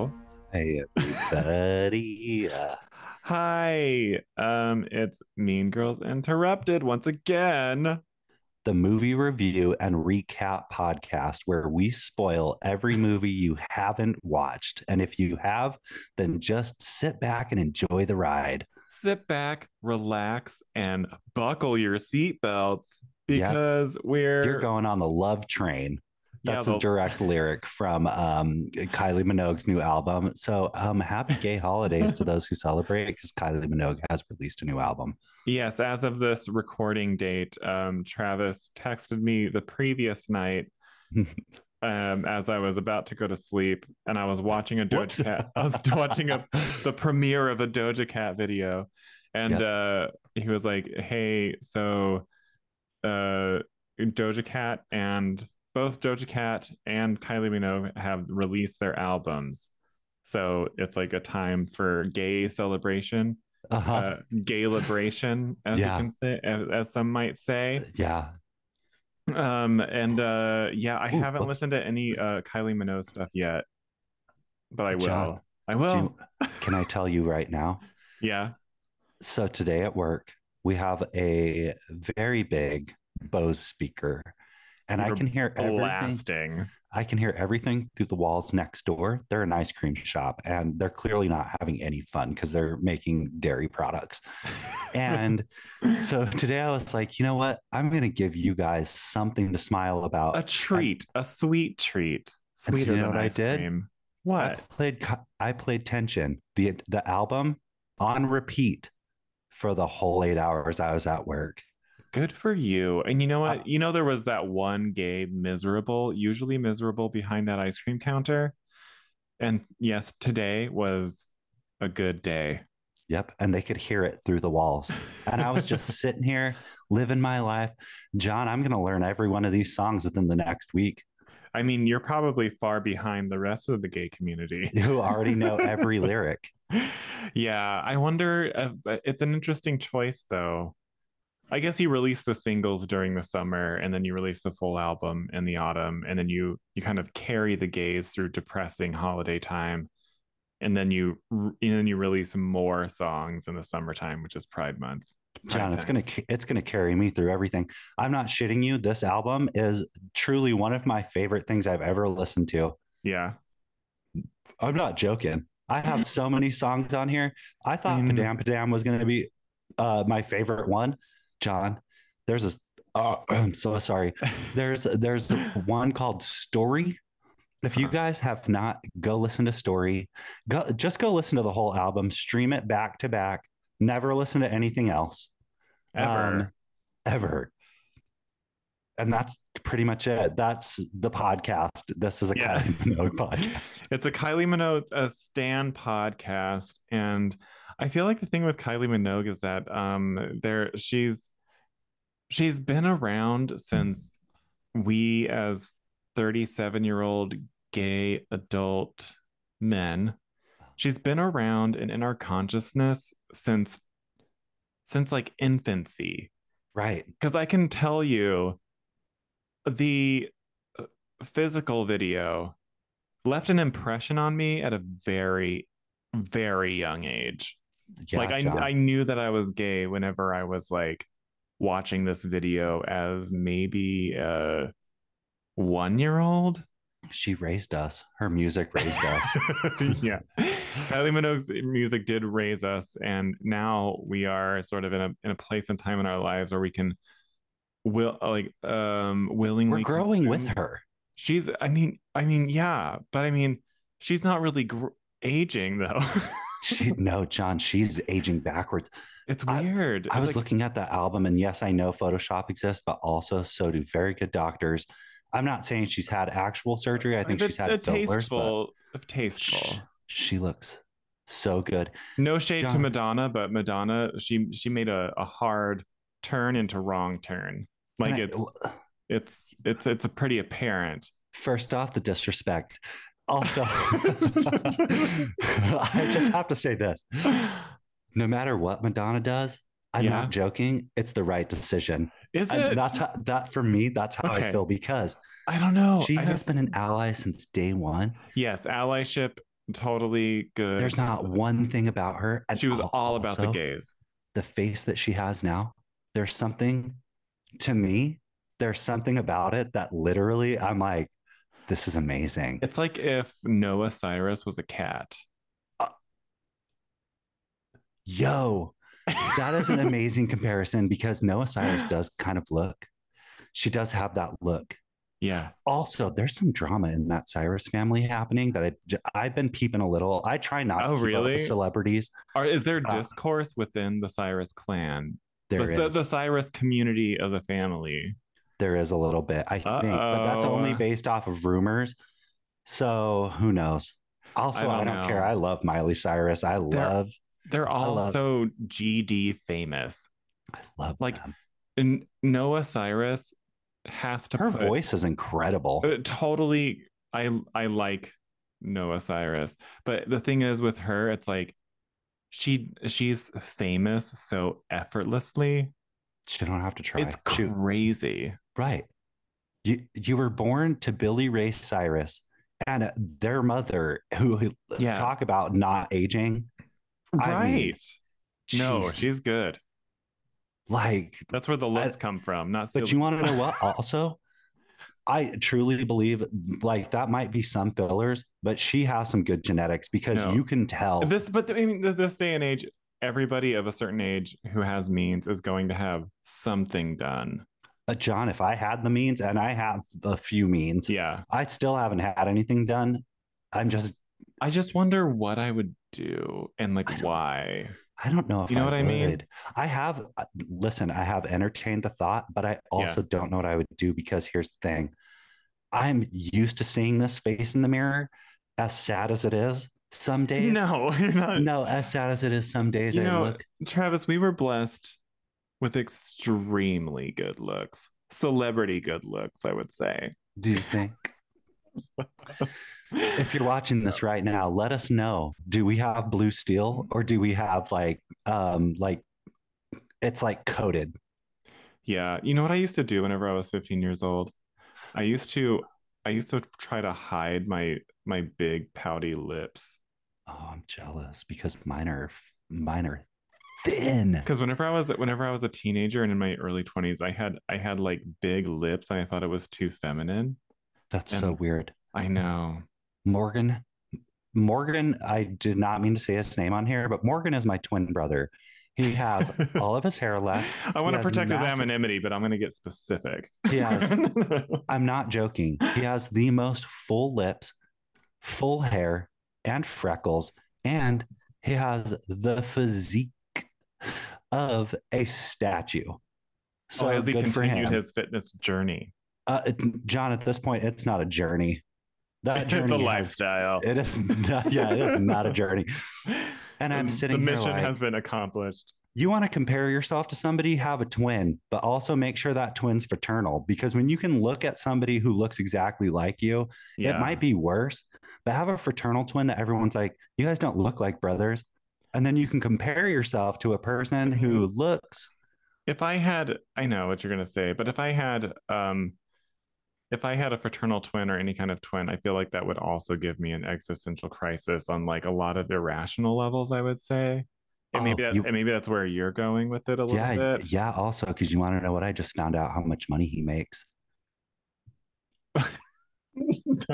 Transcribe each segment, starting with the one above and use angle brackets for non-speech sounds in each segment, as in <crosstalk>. Hi, everybody. Uh, Hi, um, it's Mean Girls Interrupted once again. the movie review and recap podcast where we spoil every movie you haven't watched. And if you have, then just sit back and enjoy the ride. Sit back, relax, and buckle your seatbelts Yeah. because we're You're going on the love train. yeah, That's the- a direct lyric from um, Kylie Minogue's new album. So, um, happy gay holidays to those who celebrate because Kylie Minogue has released a new album. yes. As of this recording date, um, Travis texted me the previous night. Um, as I was about to go to sleep, and I was watching a Whoops. Doja Cat, I was watching a the premiere of a Doja Cat video. And uh, he was like, hey, so uh, Doja Cat and both Doja Cat and Kylie Minogue have released their albums. So it's like a time for gay celebration, Uh-huh. uh, gay liberation, as Yeah. you can say, as, as some might say. yeah. Um, and uh, yeah, I Ooh, haven't whoops. listened to any uh, Kylie Minogue stuff yet, but I will. John, I Do will. you- can I tell you right now? yeah. So today at work, we have a very big Bose speaker, and I You're can hear everything. blasting. I can hear everything through the walls next door. They're an ice cream shop, and they're clearly not having any fun because they're making dairy products. And so today, I was like, you know what? I'm going to give you guys something to smile about. a treat, a sweet treat, And so you sweeter know than what I ice did? cream. I What? played. co- I played Tension the the album on repeat for the whole eight hours I was at work. Good for you. And you know what? Uh, you know there was that one gay miserable, usually miserable behind that ice cream counter. And yes, today was a good day. Yep. And they could hear it through the walls. And I <laughs> was just sitting here living my life. John, I'm going to learn every one of these songs within the next week. I mean, you're probably far behind the rest of the gay <laughs> community. You already know every lyric. yeah, I wonder. Uh, but it's an interesting choice, though. I guess you release the singles during the summer, and then you release the full album in the autumn, and then you you kind of carry the gaze through depressing holiday time, and then you r- and then you release more songs in the summertime, which is Pride Month. John, it's going to it's going to carry me through everything. I'm not shitting you. This album is truly one of my favorite things I've ever listened to. yeah. I'm not joking. I have so many songs on here. I thought Mm. Padam Padam was going to be uh, my favorite one. John, there's a oh, <clears throat> I'm so sorry. There's there's one called Story. If you Huh. guys have not, go listen to Story. Go just go listen to the whole album. Stream it back to back. Never listen to anything else Ever. um, ever. And that's pretty much it. That's the podcast. This is a Yeah. Kylie Minogue <laughs> podcast. It's a Kylie Minogue a Stan podcast, and I feel like the thing with Kylie Minogue is that um, there she's she's been around since we as thirty seven year old gay adult men. She's been around and in our consciousness since since like infancy Right. because I can tell you the uh, physical video left an impression on me at a very, very young age. Yeah, like I, John. I knew that I was gay whenever I was like watching this video as maybe a one year old. she raised us. Her music <laughs> raised us. yeah. Kylie Minogue's music did raise us, and now we are sort of in a in a place and time in our lives where we can will like um willingly We're growing with consume- her. She's I mean I mean yeah, but I mean she's not really gr- aging though. <laughs> She no, John, she's aging backwards. it's I- weird. I It's was like- looking at the album, and yes, I know Photoshop exists, but also so do very good doctors. I'm not saying she's had actual surgery. I think the- she's had the fillers, but tasteful of tasteful. sh- she looks so good. No shade to John. Madonna, but Madonna she she made a, a hard turn into wrong turn. Like And I- it's it's it's it's a pretty apparent. First off, the disrespect. <laughs> Also, <laughs> I just have to say this no matter what Madonna does, I'm Yeah. not joking. It's the right decision. Is And it? that's how, that for me, that's how Okay. Oh, I feel because I don't know. she I has just- been an ally since day one. yes allyship, totally good. There's not one thing about her. And She was al- all about the also, gays. The face that she has now, there's something to me, there's something about it that literally I'm like, this is amazing. It's like if Noah Cyrus was a cat. Yo, that is an amazing comparison because <gasps> Noah Cyrus does kind of look. She does have that look. <laughs> yeah. Also, there's some drama in that Cyrus family happening that I, j- I've been peeping a little. I try not Oh, to keep up really? with celebrities. Or is there Uh, discourse within the Cyrus clan? There The, is the, the Cyrus community of the family. there is a little bit, I think, but that's Uh-oh. only based off of rumors. So who knows? Also, I I don't don't, know. care. I love Miley Cyrus. I love, They're all love- so GD famous. I love like, like And Noah Cyrus has to her put- voice is incredible. Uh, totally i i like noah cyrus but the thing is with her it's like she she's famous so effortlessly She don't have to try. it's She- crazy Right. You you were born to Billy Ray Cyrus and their mother, who who- Yeah. talk about not aging. I right mean, no Jeez. she's good like. that's where the looks come from not But Celia- you want to know what? Also, I truly believe like that might be some fillers, but she has some good genetics because No. you can tell. this but i mean th- this day and age everybody of a certain age who has means is going to have something done Uh, John, if I had the means, and I have a few means, yeah I still haven't had anything done. I'm just, i just wonder what i would do and I like don't- why I don't know if You know I what I mean? would. I have, uh, listen, I have entertained the thought, but I also don't know what I would do because here's the thing I'm used to seeing this face in the mirror, as sad as it is some days. no <laughs> you're not No, as sad as it is some days, You I know, look. Travis, we were blessed with extremely good looks, celebrity good looks, I would say. Do you think? if you're watching this right now, let us know. Do we have blue steel or do we have like um like it's like coated? <laughs> yeah, you know what I used to do whenever I was 15 years old? I used to I used to try to hide my my big pouty lips Oh, I'm jealous because mine are mine are thin. because whenever I was whenever I was a teenager and in my early 20s, I had I had like big lips and I thought it was too feminine. That's so And- weird. I know. Morgan. Morgan, I did not mean to say his name on here, but Morgan is my twin brother. He has all of his hair left. I want to has protect his massive- anonymity, but I'm going to get specific. He <laughs> has I'm not joking. <gasps> He has the most full lips, full hair, and freckles, and he has the physique of a statue. So so as Oh, he good for continued him. his fitness journey, uh, it- John, at this point, it's not a journey. That it's <laughs> journey, the has- lifestyle, It is, <laughs> not, yeah, it is not a journey. And I'm sitting The here mission like- has been accomplished. You want to compare yourself to somebody, have a twin, but also make sure that twin's fraternal. Because when you can look at somebody who looks exactly like you, Yeah, It might be worse, but have a fraternal twin that everyone's like, you guys don't look like brothers. And then you can compare yourself to a person who Mm-hmm. looks If I had, I know what you're gonna say, but if I had, um, if I had a fraternal twin or any kind of twin, I feel like that would also give me an existential crisis on like a lot of irrational levels. I would say, and Oh, maybe that, you- and maybe that's where you're going with it a little yeah, bit. yeah, also because you want to know what I just found out how much money he makes. <laughs>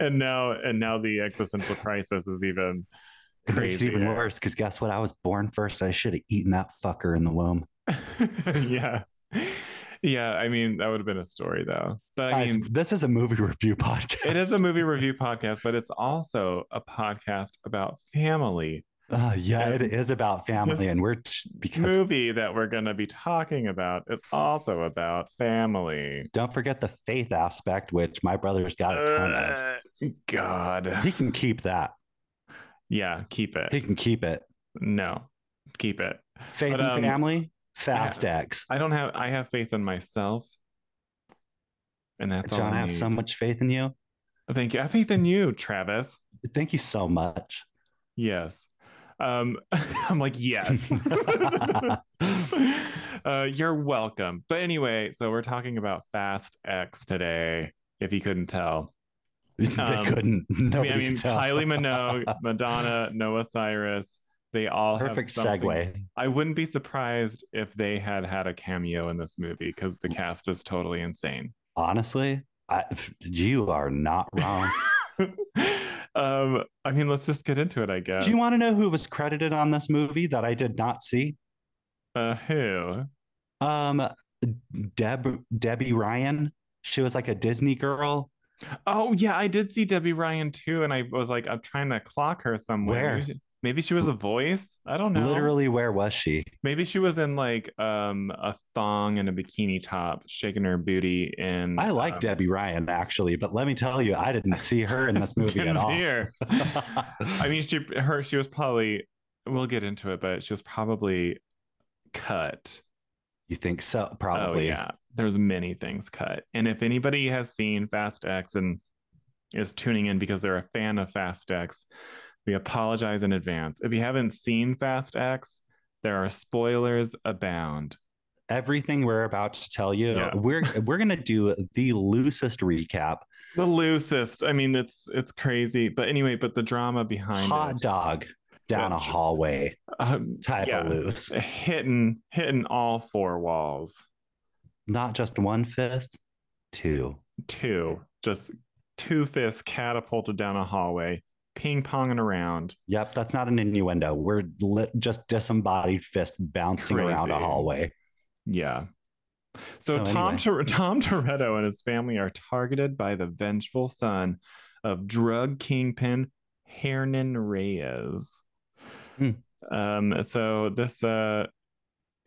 and now, and now the existential crisis is even It makes it even crazier. worse because guess what? I was born first. I should have eaten that fucker in the womb. <laughs> yeah. Yeah, I mean that would have been a story though. But I Guys, mean this is a movie <laughs> review podcast. it is a movie review podcast, but it's also a podcast about family. <laughs> Uh, Yeah. yeah, it is about family, and we're t- because Movie that we're going to be talking about is also about family. don't forget the faith aspect, which my brother's got a ton of. Uh, God. He can keep that. Yeah, keep He it. can keep it. No. Keep it. Faith But, and um, family, fast X. I don't have I have faith in myself. And that's all John, I, I have need. so much faith in you. Thank you. I have faith in you, Travis. Thank you so much. <laughs> Yes. Um, <laughs> I'm like, <laughs> yes. <laughs> uh, you're welcome. But anyway, so we're talking about Fast X today, if you couldn't tell. Um, they couldn't. I Nobody mean, I mean could tell. Kylie <laughs> Minogue, Madonna, Noah Cyrus, they all Perfect have something- segue. I wouldn't be surprised if they had had a cameo in this movie because the cast is totally insane. <laughs> Honestly, I, you are not <laughs> wrong. um, I mean, let's just get into it, I guess. Do you want to know who was credited on this movie that I did not see? uh, who? Um, Deb Debbie Ryan. She was like a Disney girl. Oh, yeah, I did see Debbie Ryan too, and I was like, I'm trying to clock her somewhere. Where? Maybe she, maybe she was a voice. I don't know. Literally, where was she? Maybe she was in like um a thong and a bikini top, shaking her booty in. I <laughs> like um, Debbie Ryan actually, but let me tell you, I didn't see her <laughs> in this movie at Tim's all. <laughs> ear. I mean, she her she was probably. We'll get into it, but she was probably cut. You think so? Probably. Oh yeah, there's many things cut. And if anybody has seen Fast X and is tuning in because they're a fan of Fast X, we apologize in advance. If you haven't seen Fast X, there are spoilers abound. Everything we're about to tell you, Yeah. <laughs> we're we're gonna do the loosest recap. The loosest. I mean, it's it's crazy. But anyway, but the drama behind Hot it, dog down a Yeah. hallway um, type Yeah. of loose. hitting hitting all four walls. Not just one fist, two. Two, just two fists catapulted down a hallway, ping ponging around. Yep, that's not an innuendo. We're lit, just disembodied fist bouncing around a Crazy. hallway. Yeah. So, So Tom anyway. Tor- <laughs> Tom Toretto and his family are targeted by the vengeful son of drug kingpin Hernan Reyes. Hmm. Um, so this uh <laughs>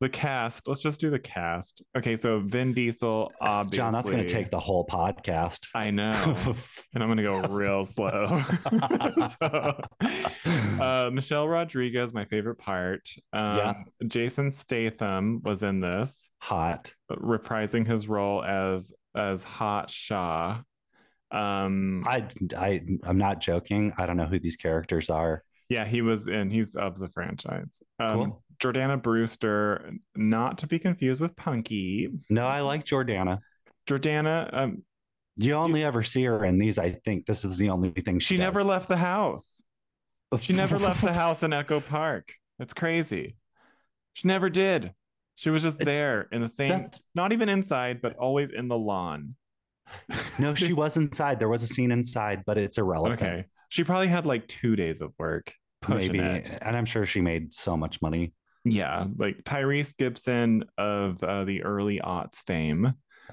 the cast, let's just do the cast. Okay, so Vin Diesel obviously <laughs> John, that's going to take the whole podcast. I <laughs> know. and I'm gonna go real slow. <laughs> <laughs> So, uh, Michelle Rodriguez, my favorite part. Um, Yeah. Jason Statham was in this, Hot. reprising his role as as Hot Shaw. Um, I, I, I'm not joking. I don't know who these characters are. yeah, he was in. He's of the franchise. Um, Cool. Jordana Brewster, not to be confused with Punky. No, I like Jordana. Jordana, um, You only ever see her in these. I think this is the only thing she, she never does. left the house. She never left <laughs> the house in Echo Park. That's crazy. She never did. She was just there in the same, That- not even inside, but always in the lawn. no, she was inside. There was a scene inside, but it's irrelevant. Okay. She probably had like two days of work. Pushing Maybe, It. and I'm sure she made so much money. Yeah. Like Tyrese Gibson of uh, the early aughts fame.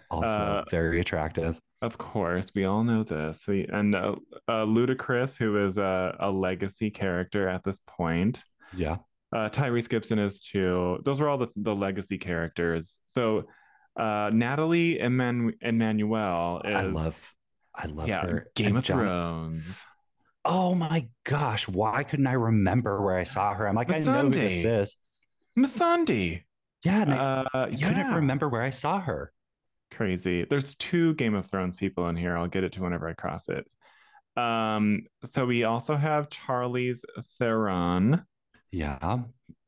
Also, Uh, very attractive. Of course, we all know this. The- And uh, uh, Ludacris, who is a, a legacy character at this point. Yeah, uh, Tyrese Gibson is too. Those were all the, the legacy characters. So uh, Natalie Eman- Emmanuel is I love, I love yeah, her. Game And of John- Thrones. Oh my gosh, why couldn't I remember where I saw her? I'm like, The I know who this Sunday. is. Missandei. Yeah, and I, Uh, I yeah. couldn't remember where I saw her. Crazy. There's two Game of Thrones people in here. I'll get it to whenever I cross it. Um, so we also have Charlie's Theron Yeah,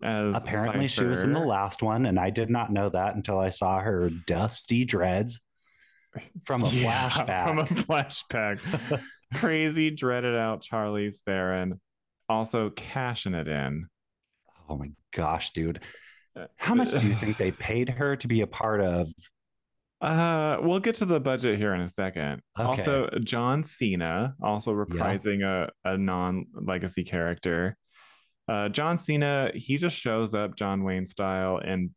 as apparently she was in the Cypher. last one, and I did not know that until I saw her dusty dreads from a <laughs> Yeah, flashback. From a <laughs> flashback. Crazy, dreaded out Charlie's Theron. Also cashing it in. Oh my gosh, dude. How much <laughs> do you think they paid her to be a part of? Uh, we'll get to the budget here in a second. Okay. Also, John Cena, also reprising a, a non legacy character. Uh, John Cena, he just shows up John Wayne style and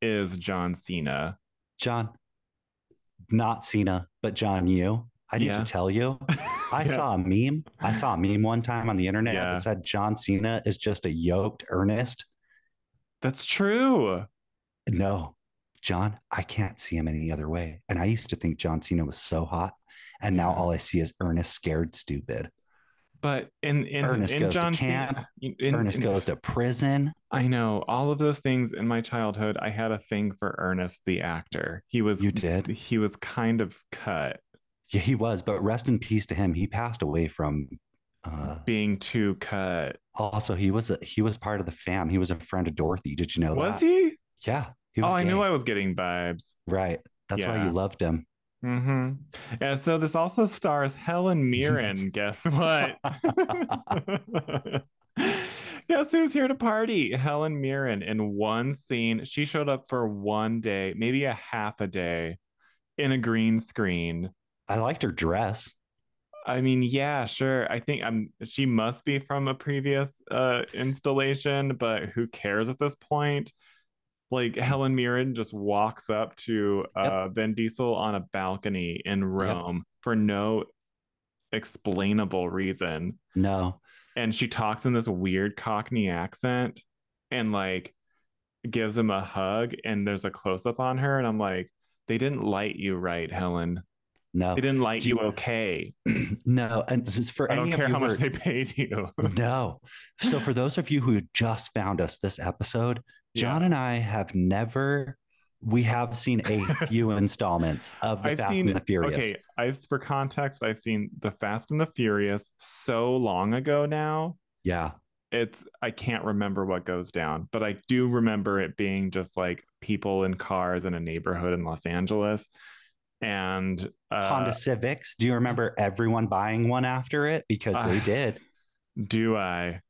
is John Cena. <laughs> John, not Cena, but John, you. I need Yeah. to tell you, I Yeah. saw a meme. I saw a meme one time on the internet Yeah. that said John Cena is just a yoked Ernest. That's true. No, John, I can't see him any other way. And I used to think John Cena was so hot. And now Yeah. all I see is Ernest scared stupid. But in in, Ernest in goes to John camp. Cena, in, Ernest in- goes to prison. I know all of those things in my childhood. I had a thing for Ernest the actor. He was <laughs> You did. he was kind of cut Yeah, he was, but rest in peace to him. He passed away from uh being too cut. also he was a, he was part of the fam. He was a friend of Dorothy. Did you know was that? he? Yeah. He Oh, was I knew gay. I was getting vibes. Right. That's why Yeah. you loved him. hmm And so this also stars Helen <laughs> Mirren. Guess what? Guess who's here to party? Helen Mirren in one scene. She showed up for one day, maybe a half a day in a green screen. I liked her dress. I mean, yeah, sure. I think I'm she must be from a previous uh installation, but who cares at this point? Like Helen Mirren just walks up to uh Vin Diesel on a balcony in Rome for no explainable reason. No, And she talks in this weird Cockney accent and like gives him a hug and there's a close up on her and I'm like, they didn't light you right, Helen. no, They didn't light Oh, Do you- you okay. <clears throat> no. And this is for I any don't of care you how who much are- <laughs> they paid <laughs> you. no. So for those of you who just found us this episode, John and I have never. We have seen <laughs> a few installments of the I've Fast seen- and the Furious. Okay, I've for context, I've seen The Fast and the Furious so long ago now. Yeah, It's I can't remember what goes down, but I do remember it being just like people in cars in a neighborhood in Los Angeles. And uh, Honda Civics. Do you remember everyone buying one after it because they Ah. did? do I?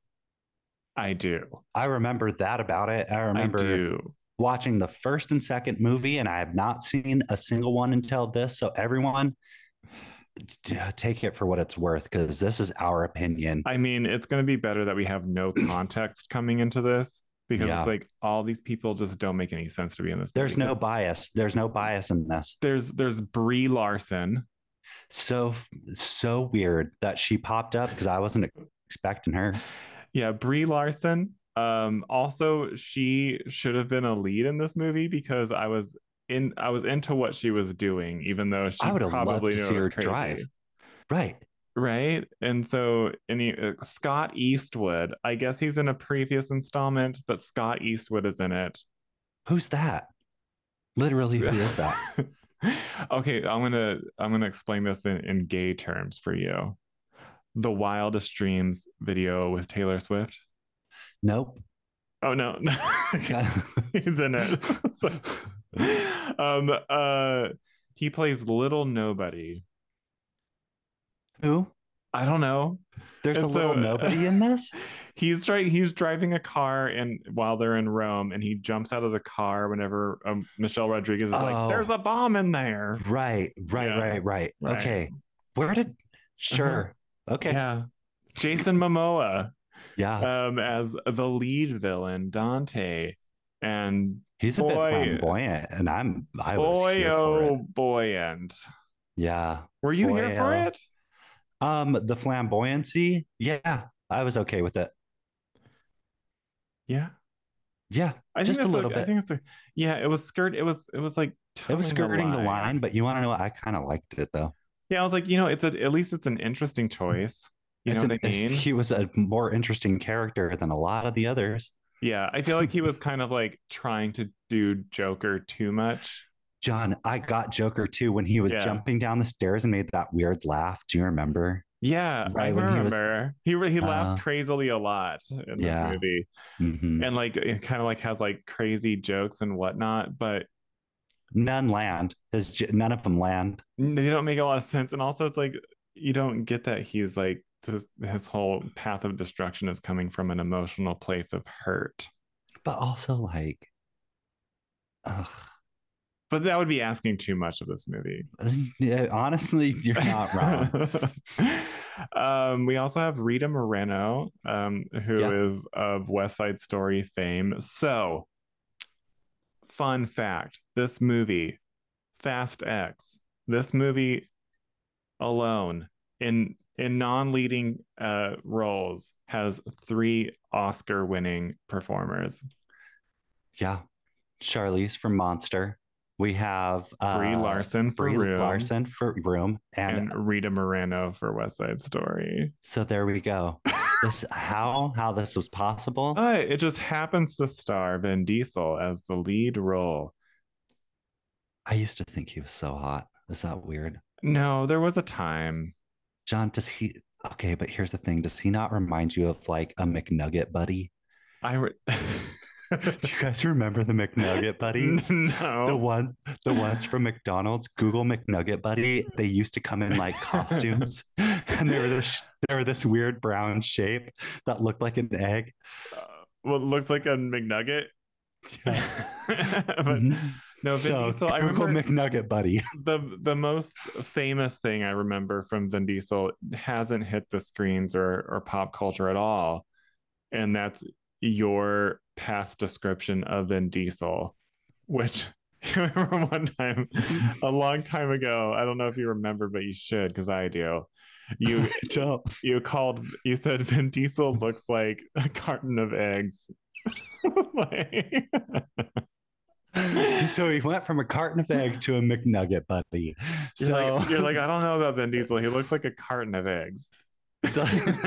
I do. I remember that about it. I remember I do. watching the first and second movie, and I have not seen a single one until this. So everyone, t- take it for what it's worth, because this is our opinion. I mean, it's going to be better that we have <clears throat> no context coming into this because Yeah. it's like all these people just don't make any sense to be in this. There's movie. no bias. There's no bias in this. there's there's Brie Larson. So f- so weird that she popped up because I wasn't expecting her. Yeah, Brie Larson. Um, also she should have been a lead in this movie because I was in I was into what she was doing, even though she I would have loved probably to knew it see was her crazy, drive. Right. Right. And so any uh, Scott Eastwood, I guess he's in a previous installment, but Scott Eastwood is in it. Who's that? Literally, who is that? <laughs> okay, I'm gonna I'm gonna explain this in, in gay terms for you. The wildest dreams video with Taylor Swift. Nope. <laughs> Oh no, <laughs> he's in it. <laughs> So- um, uh, he plays little nobody. who? I don't know. There's a And so- little nobody in this. He's right. He's driving a car, and while they're in Rome, and he jumps out of the car whenever um, Michelle Rodriguez is Oh. like, "There's a bomb in there." Right, right, Yeah. right, right, Right. Uh-huh. Okay. Where did sure. Okay. Yeah. Yeah, Jason Momoa. um, as the lead villain, Dante. And He's a boy. bit flamboyant and I'm I was boy, here for it. oh boy, and Yeah. were you here Boy, for oh. it? Um the flamboyancy, yeah, I was okay with it. Yeah, Yeah. I Just a think that's little okay. I bit. think it's a, yeah. It was skirt. It was it was like It was toeing skirting the line, but you want to know what? I kind of liked it though. Yeah, I was like, you know, it's a, at least it's an interesting choice. You It's know an- what I mean? <laughs> He was a more interesting character than a lot of the others. yeah, I feel like he was kind of like trying to do Joker too much. John, I got Joker too when he was Yeah. jumping down the stairs and made that weird laugh. Do you remember? Yeah, I Right, when he was- remember. He re- he, laughs Uh, crazily a lot in yeah. this movie. Mhm. and like it kind of like has like crazy jokes and whatnot, but None land. His, j- none of them land. they don't make a lot of sense. And also, it's like you don't get that he's like this, his whole path of destruction is coming from an emotional place of hurt. but also like ugh, <laughs> But that would be asking too much of this movie. yeah, honestly you're <laughs> not wrong um, we also have Rita Moreno, um, who is Yeah. of West Side Story fame. So, fun fact this movie, Fast X, this movie alone in in non-leading uh roles has three oscar winning performers yeah charlize from monster we have uh brie larson for Brie Room Larson for room and, and rita moreno for west side story so there we go this how how this was possible But it just happens to star Vin Diesel as the lead role. i used to think he was so hot is that weird No, there was a time. john does he okay <laughs> but here's the thing does he not remind you of like a mcnugget buddy I re- Do you guys remember the McNugget <laughs> buddy? no. The one, the ones <laughs> from McDonald's, Google McNugget Buddy. They used to come in like costumes, <laughs> and they were this, they were this weird brown shape that looked like an egg. Uh, well, it looks like a McNugget. <laughs> Uh, but Mhm. no, so, Vin Diesel, I Google remember McNugget Buddy. <laughs> the the most famous thing I remember from Vin Diesel hasn't hit the screens or or pop culture at all, and that's your past description of Vin Diesel, which <laughs> you remember one time a long time ago. I don't know if you remember, but you should because I do. You <laughs> So, you called you said Vin Diesel looks like a carton of eggs. <laughs> Like- so he went from a carton of eggs to a McNugget You're, Buddy. So <laughs> like, you're like, I don't know about Vin Diesel. He looks like a carton of eggs. <laughs>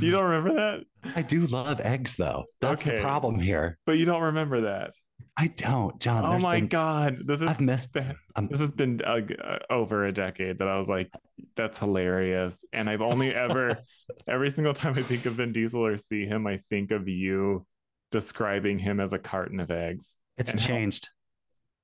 you don't remember that? I do love eggs though. That's Okay. the problem here. But you don't remember that. I don't, John. oh there's my been- god, this is I've missed. ba- I'm- this has been uh, g- uh, over a decade that I was like, that's hilarious. And I've only <laughs> ever, every single time I think of Vin Diesel or see him, I think of you describing him as a carton of eggs. It's and how- changed.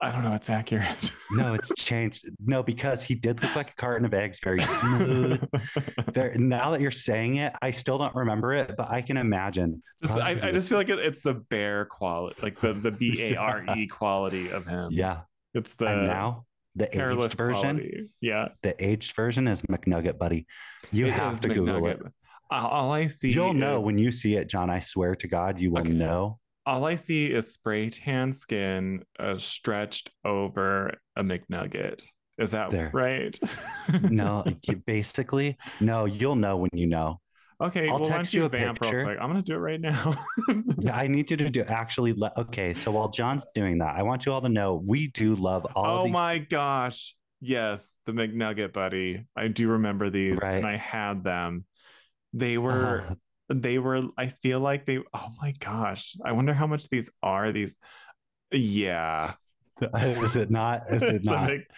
I don't know. It's accurate. No, it's changed. No, because he did look like a carton of eggs, very <laughs> smooth. <laughs> very, now that you're saying it, I still don't remember it, but I can imagine. Just- Probably I, 'cause I he just was- feel like it, it's the bear quality, like the <laughs> the B A R E quality of him. yeah. it's the and now the hairless aged version, quality. Yeah, the aged version is McNugget Buddy. You It have is to Google it. McNugget. All all I see, You'll know is- when you see it, John. I swear to God, you will Okay. know. all I see is spray tan skin uh, stretched over a McNugget. Is that There. right? No, you- basically, no, you'll know when you know. <laughs> okay, I'll well, why text don't you you a vamp real picture. quick? I'm gonna do it right now. <laughs> Yeah, I need you to do actually. Let, okay, so while John's doing that, I want you all to know we do love all oh of these. <laughs> my gosh. Yes, the McNugget buddy. I do remember these Right. and I had them. They were Uh-huh. they were I feel like they oh my gosh. I wonder how much these are these yeah. <laughs> is it not? Is <laughs> it It's a not? Mc-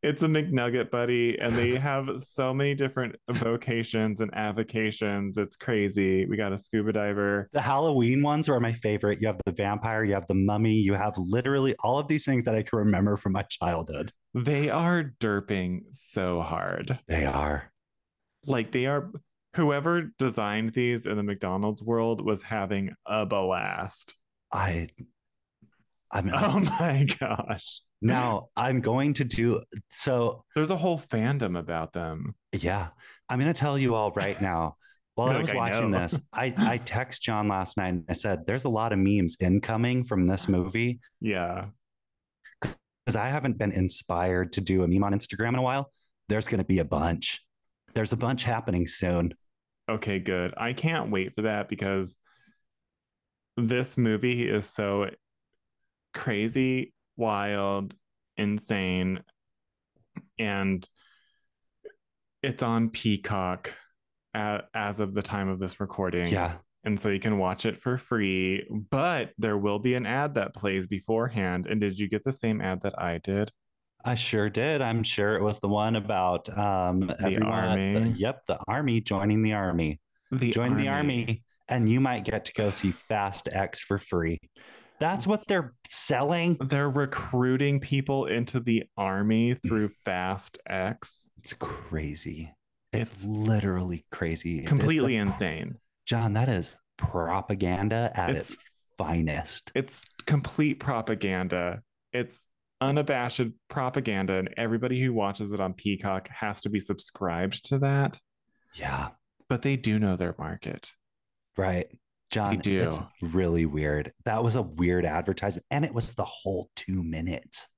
it's a McNugget buddy and they have so many different vocations and avocations. It's crazy. We got a scuba diver. The Halloween ones were my favorite. You have the vampire, you have the mummy, you have literally all of these things that I can remember from my childhood. They are derping so hard. They are. like they are whoever designed these in the McDonald's world was having a blast. <laughs> I. I mean, Oh <laughs> my gosh. now I'm going to do so. There's a whole fandom about them. Yeah, I'm going to tell you all <laughs> right now. While I Like, was I watching know. this, <laughs> I I text John last night and I said, "There's a lot of memes incoming from this movie." Yeah. because I haven't been inspired to do a meme on Instagram in a while. There's going to be a bunch. There's a bunch happening soon. Okay, good. I can't wait for that because this movie is so crazy, wild, insane, and it's on Peacock a- as of the time of this recording. Yeah. and so you can watch it for free but there will be an ad that plays beforehand and did you get the same ad that i did I sure did. I'm sure it was the one about um, everyone. army. the- yep, the army joining the army. the Join the army, and you might get to go see Fast X for free. That's what they're selling. they're recruiting people into the army <laughs> through fast x It's crazy. It's, It's literally crazy. It's a- completely insane John, that is propaganda at It's- its finest. it's complete propaganda it's unabashed propaganda and everybody who watches it on peacock has to be subscribed to that Yeah. but they do know their market Right. John, it's do. really weird. That was a weird advertisement. And it was the whole two minutes.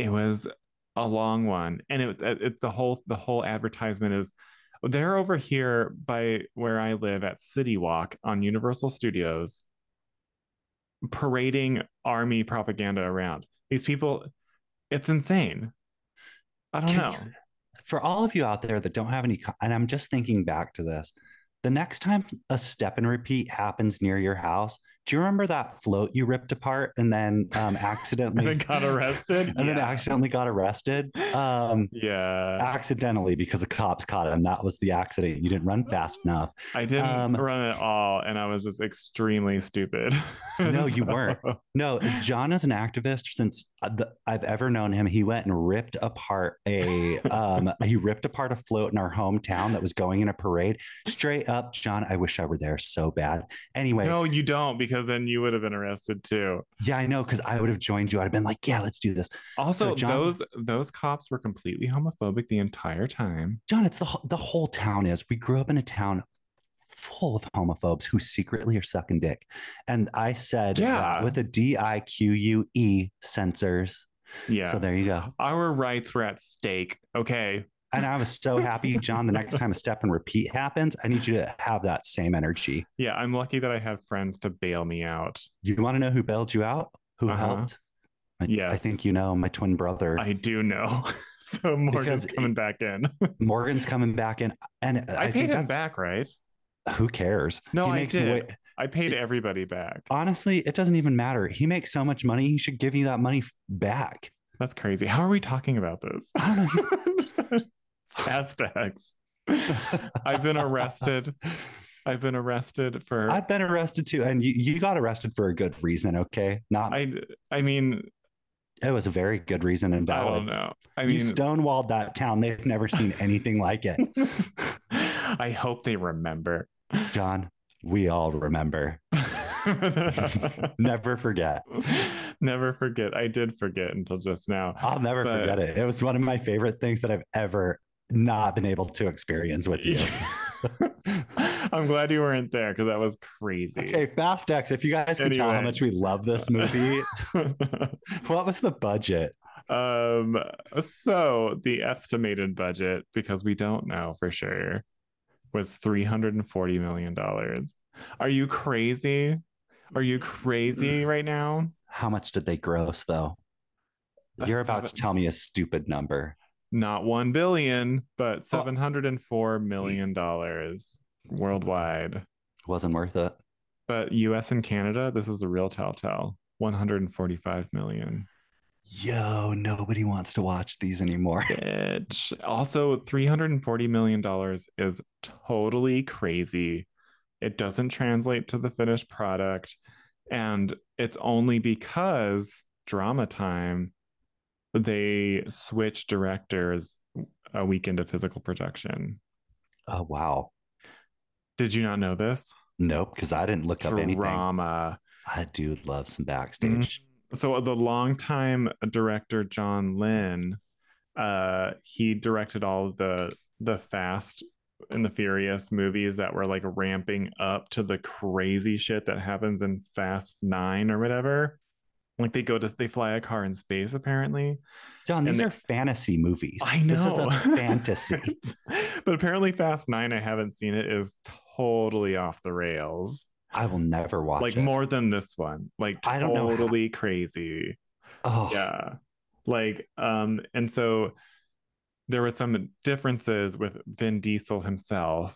it was a long one and it it's the whole the whole advertisement is they're over here by where i live at city walk on universal studios parading army propaganda around these people it's insane i don't Can know you- For all of you out there that don't have any, co- and I'm just thinking back to this, the next time a step and repeat happens near your house, Do you remember that float you ripped apart and then <laughs> um, and accidentally then got arrested. <laughs> and then yeah. accidentally got arrested? <laughs> Um, yeah, accidentally because the cops caught him. That was the accident. You didn't run fast enough. I didn't um, run at all, and I was just extremely stupid. <laughs> No, you weren't. So- <gasps> No, John is an activist since uh, the, I've ever known him. He went and ripped apart <laughs> a um, he ripped apart a float in our hometown that was going in a parade. Straight up, John, I wish I were there so bad. Anyway, No, you don't, because then you would have been arrested too. yeah, I know because I would have joined you. I'd have been like, yeah, let's do this. Also, So John- those those cops were completely homophobic the entire time. John, it's the wh- the whole town is. We grew up in a town full of homophobes who secretly are sucking dick, and I said that Yeah. with a D I Q U E censors. Yeah. So there you go. our rights were at stake. Okay. And I was so happy, John. The next time a step and repeat happens, I need you to have that same energy. Yeah, I'm lucky that I have friends to bail me out. You want to know who bailed you out? Who Uh-huh. helped? I, I Yes. think you know my twin brother. I do know. <laughs> so Morgan's Because it- coming back in. Morgan's coming back in, and I, think paid him that's- back, right? Who cares? No, I me did. wait- I paid everybody back. honestly, it doesn't even matter. He makes so much money; he should give you that money f- back. That's crazy. How are we talking about this? <laughs> Fast X. <laughs> I've been arrested. I've been arrested for I've been arrested too, and you, you got arrested for a good reason. Okay, not I I mean, it was a very good reason and I don't valid. know. I you mean stonewalled that town. They've never seen anything like it. <laughs> I hope they remember. <laughs> John, we all remember. Never forget. Never forget. I did forget until just now. I'll never But- forget it. It was one of my favorite things that I've ever not been able to experience with you. <laughs> I'm glad you weren't there because that was crazy. Okay, Fast X, if you guys can tell how Anyway. much we love this <laughs> movie, <laughs> what was the budget? um, so the estimated budget, because we don't know for sure, was three hundred and forty million dollars. Are you crazy? Are you crazy right now? How much did they gross though? You're about to Seven- tell me a stupid number. not one billion, but Well- seven hundred and four million dollars worldwide. Wasn't worth it. But U.S. and Canada, this is a real telltale. One hundred and forty-five million. Yo, nobody wants to watch these anymore. Bitch. Also, three hundred and forty million dollars is totally crazy. It doesn't translate to the finished product, and it's only because drama time they switch directors a week into physical production. Oh wow. Did you not know this? Nope, because I didn't look up anything. drama. I do love some backstage. So uh, the longtime director John Lynn, uh, he directed all of the the Fast and the Furious movies that were like ramping up to the crazy shit that happens in Fast Nine or whatever. Like they go to they fly a car in space apparently. John, And these they- are fantasy movies. I know. <laughs> This is a fantasy. but apparently Fast Nine, I haven't seen it, is totally off the rails. I will never watch like it. more than this one. Like I don't know how- totally crazy. oh, yeah like um and so there were some differences with vin diesel himself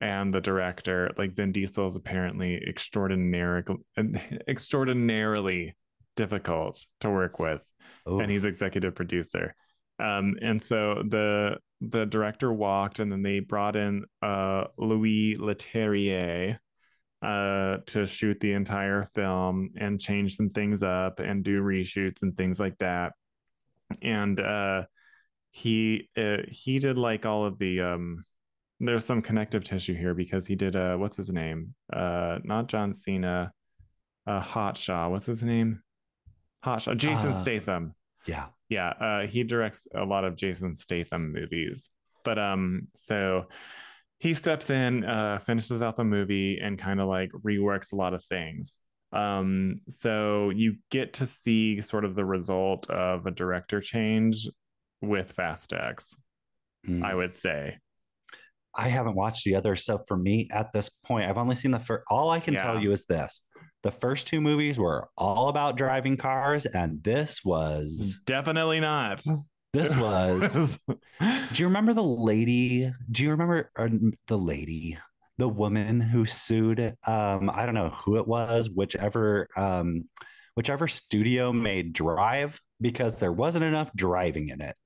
and the director like vin diesel is apparently extraordinary <laughs> extraordinarily difficult to work with oh. and he's executive producer um and so the the director walked and then they brought in uh louis leterrier uh to shoot the entire film and change some things up and do reshoots and things like that and uh he uh, he did like all of the um there's some connective tissue here because he did uh what's his name uh not john cena uh hot shaw what's his name hot shaw jason Uh, statham yeah. yeah uh he directs a lot of jason statham movies but um so he steps in uh finishes out the movie and kind of like reworks a lot of things um so you get to see sort of the result of a director change with fast x Mm. I would say I haven't watched the other. So for me at this point, I've only seen the first. All I can tell Yeah. you is this the first two movies were all about driving cars, and this Mm. was, definitely not <laughs> this was. Do you remember the uh, lady? Do you remember or the lady? the woman who sued um i don't know who it was whichever um whichever studio made drive because there wasn't enough driving in it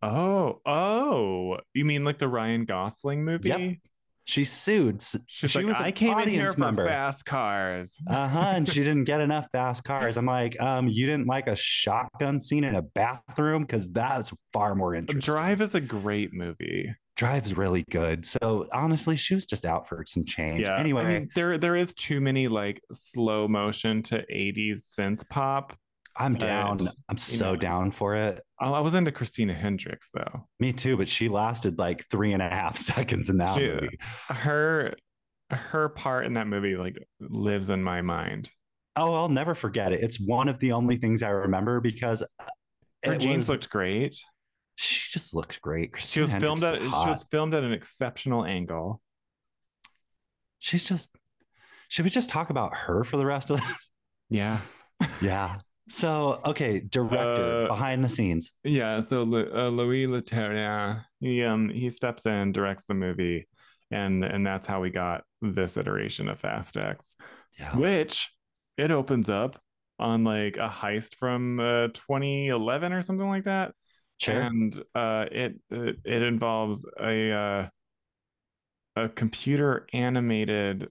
Oh, oh, you mean like the Ryan Gosling movie? Yep. she sued s- She's She like, was an I came in here audience for member." fast cars. uh-huh and she didn't get enough fast cars i'm like um you didn't like a shotgun scene in a bathroom because that's far more interesting Drive is a great movie. drive's really good so honestly she was just out for some change Yeah. anyway I mean, there there is too many like slow motion to 80s synth pop. i'm but, down i'm so know. down for it I, I was into Christina Hendricks though. me too but she lasted like three and a half <laughs> seconds in that She- movie Her her part in that movie like lives in my mind. oh i'll never forget it it's one of the only things i remember because uh, Her it jeans was- looked great. she just looks great She Christina was filmed at Hendricks she is hot. was filmed at an exceptional angle. she's just should we just talk about her for the rest of this <laughs> Yeah. yeah so okay director Uh, behind the scenes Yeah, so Lu- uh, Louis Leterrier, he um he steps in, directs the movie, and and that's how we got this iteration of Fast X, yeah which it opens up on like a heist from uh, 2011 or something like that, sure and uh it it, it involves a uh, a computer animated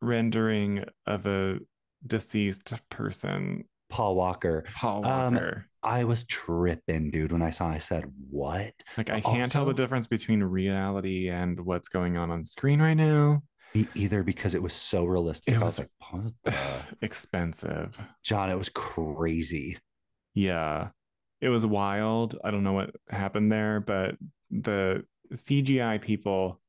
rendering of a deceased person, paul walker Paul Um, Walker. i was tripping dude when i saw i said what Like I But can't tell the also- difference between reality and what's going on on screen right <sighs> now. me either because it was so realistic It i was- was like what the- <sighs> Expensive. john it was crazy Yeah. It was wild. I don't know what happened there, but the CGI people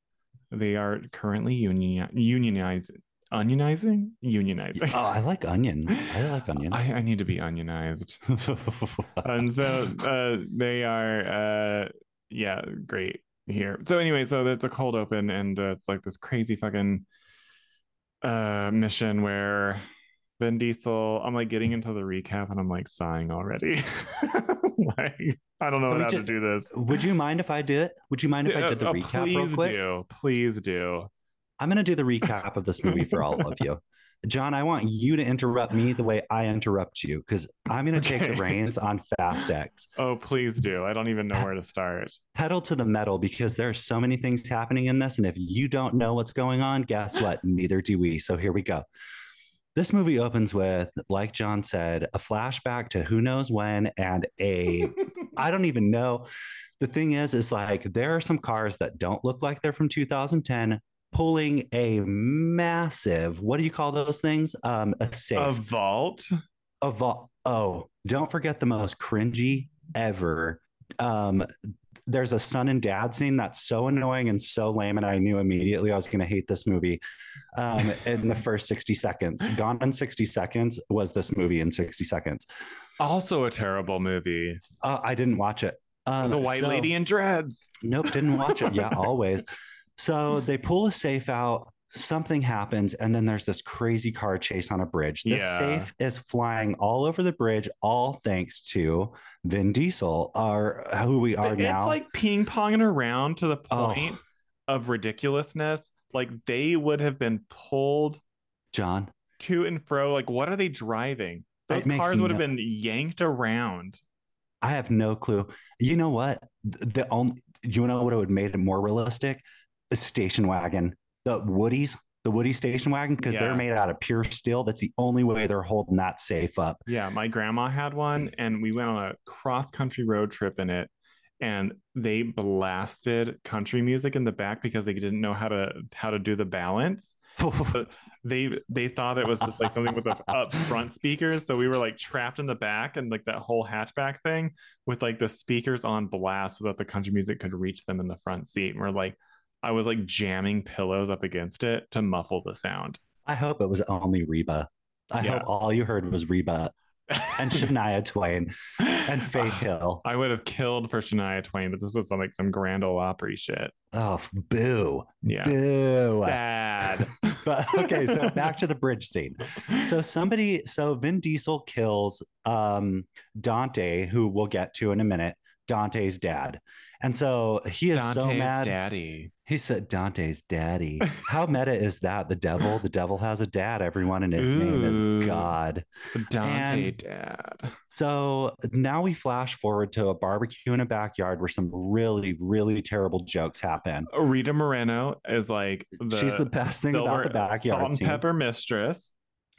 they are currently union unionized unionizing unionizing. oh i like onions i like onions <laughs> I, I need to be unionized. and so uh, they are uh, yeah great here so anyway so it's a cold open and uh, it's like this crazy fucking uh mission where Vin Diesel I'm like getting into the recap and I'm like sighing already <laughs> like I don't know Let me how to just- do this would you mind if i did it would you mind if i Uh, did the uh, recap please real quick do please do I'm going to do the recap of this movie for all of you. John, I want you to interrupt me the way I interrupt you because I'm going to take Okay. the reins on Fast X. oh please do I don't even know where to start Pedal to the metal because there are so many things happening in this. And if you don't know what's going on, guess what? Neither do we. So here we go. This movie opens with, like John said, a flashback to who knows when and a I don't even know. The thing is, is like there are some cars that don't look like they're from 2010 pulling a massive, what do you call those things? Um, a a safe. vault a vault. oh, don't forget the most cringy ever. Um, there's a son and dad scene that's so annoying and so lame. And I knew immediately I was going to hate this movie um, in the first 60 seconds. Gone in 60 seconds was this movie in 60 seconds. also a terrible movie Uh, I didn't watch it. Um, the white so- lady in dreads Nope, didn't watch it. Yeah, always. So they pull a safe out, something happens, and then there's this crazy car chase on a bridge. This Yeah. safe is flying all over the bridge, all thanks to Vin Diesel, our who we are It's now. like ping ponging around to the Oh. point of ridiculousness. Like they would have been pulled John. to and fro. Like, what are they driving? Those It makes cars would have no- been yanked around. I have no clue. You know what? Th- The only you know what would made it more realistic? A station wagon. The Woodies, the Woody station wagon, because Yeah. they're made out of pure steel. That's the only way they're holding that safe up. <laughs> Yeah, my grandma had Mm. one, and we went on a cross country road trip in it, and they blasted country music in the back because they didn't know how to how to do the balance. they they thought it was just like something with the up front speakers so we were like trapped in the back and like that whole hatchback thing with like the speakers on blast so that the country music could reach them in the front seat and we're like i was like jamming pillows up against it to muffle the sound I hope it was only Reba. I Yeah. hope all you heard was Reba <laughs> and Shania Twain and Faith Hill. i would have killed for shania twain but this was some, like some grand ole opry shit Oh, f- boo, yeah boo. sad <laughs> But okay, so back to the bridge scene. So somebody, so Vin Diesel kills um, Dante, who we'll get to in a minute. Dante's dad, And so he is Dante's so mad. daddy. He said Dante's <laughs> daddy. How meta is that? The devil. The devil has a dad, everyone, and his name Ooh. is God. Dante And- dad. So now we flash forward to a barbecue in a backyard where some really, really terrible jokes happen. Rita Moreno is like the She's the best thing silver about the backyard. salt and scene. pepper mistress.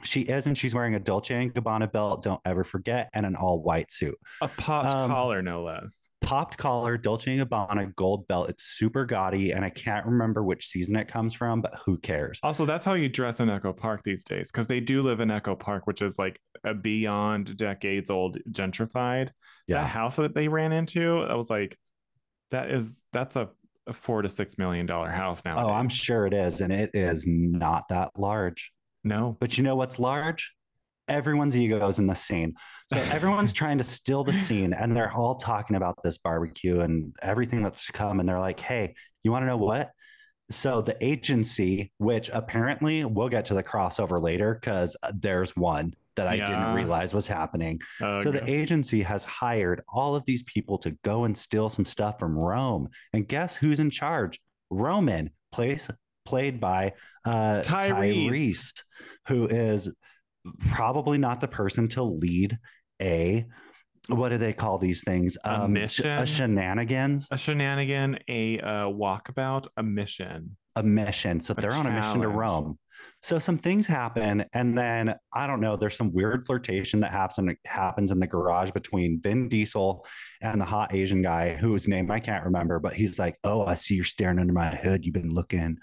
She is, and she's wearing a Dolce and Gabbana belt. Don't ever forget, and an all-white suit, A popped Um, collar, no less. popped collar, Dolce and Gabbana gold belt. It's super gaudy, and I can't remember which season it comes from, but who cares? Also, that's how you dress in Echo Park these days, because they do live in Echo Park, which is like a beyond decades old gentrified. That Yeah, house that they ran into, I was like, that is that's a, a four to six million dollar house now. Oh, I'm sure it is. And it is not that large. no. But you know what's large? Everyone's egos in the scene. So everyone's trying to steal the scene and they're all talking about this barbecue and everything that's to come. And they're like, hey, you want to know what? So the agency, which apparently we'll get to the crossover later because there's one that I Yeah. didn't realize was happening. Uh, So the agency has hired all of these people to go and steal some stuff from Rome. And guess who's in charge? Roman, place played by uh, Tyrese. Tyrese. who is probably not the person to lead a what do they call these things? Um, A sh- mission? a shenanigans, a shenanigan, a uh, walkabout, a mission. a mission. So A they're on a mission to challenge. Rome. So some things happen, and then I don't know. There's some weird flirtation that happens happens in the garage between Vin Diesel and the hot Asian guy whose name I can't remember, but he's like, "Oh, I see you're staring under my hood. You've been looking."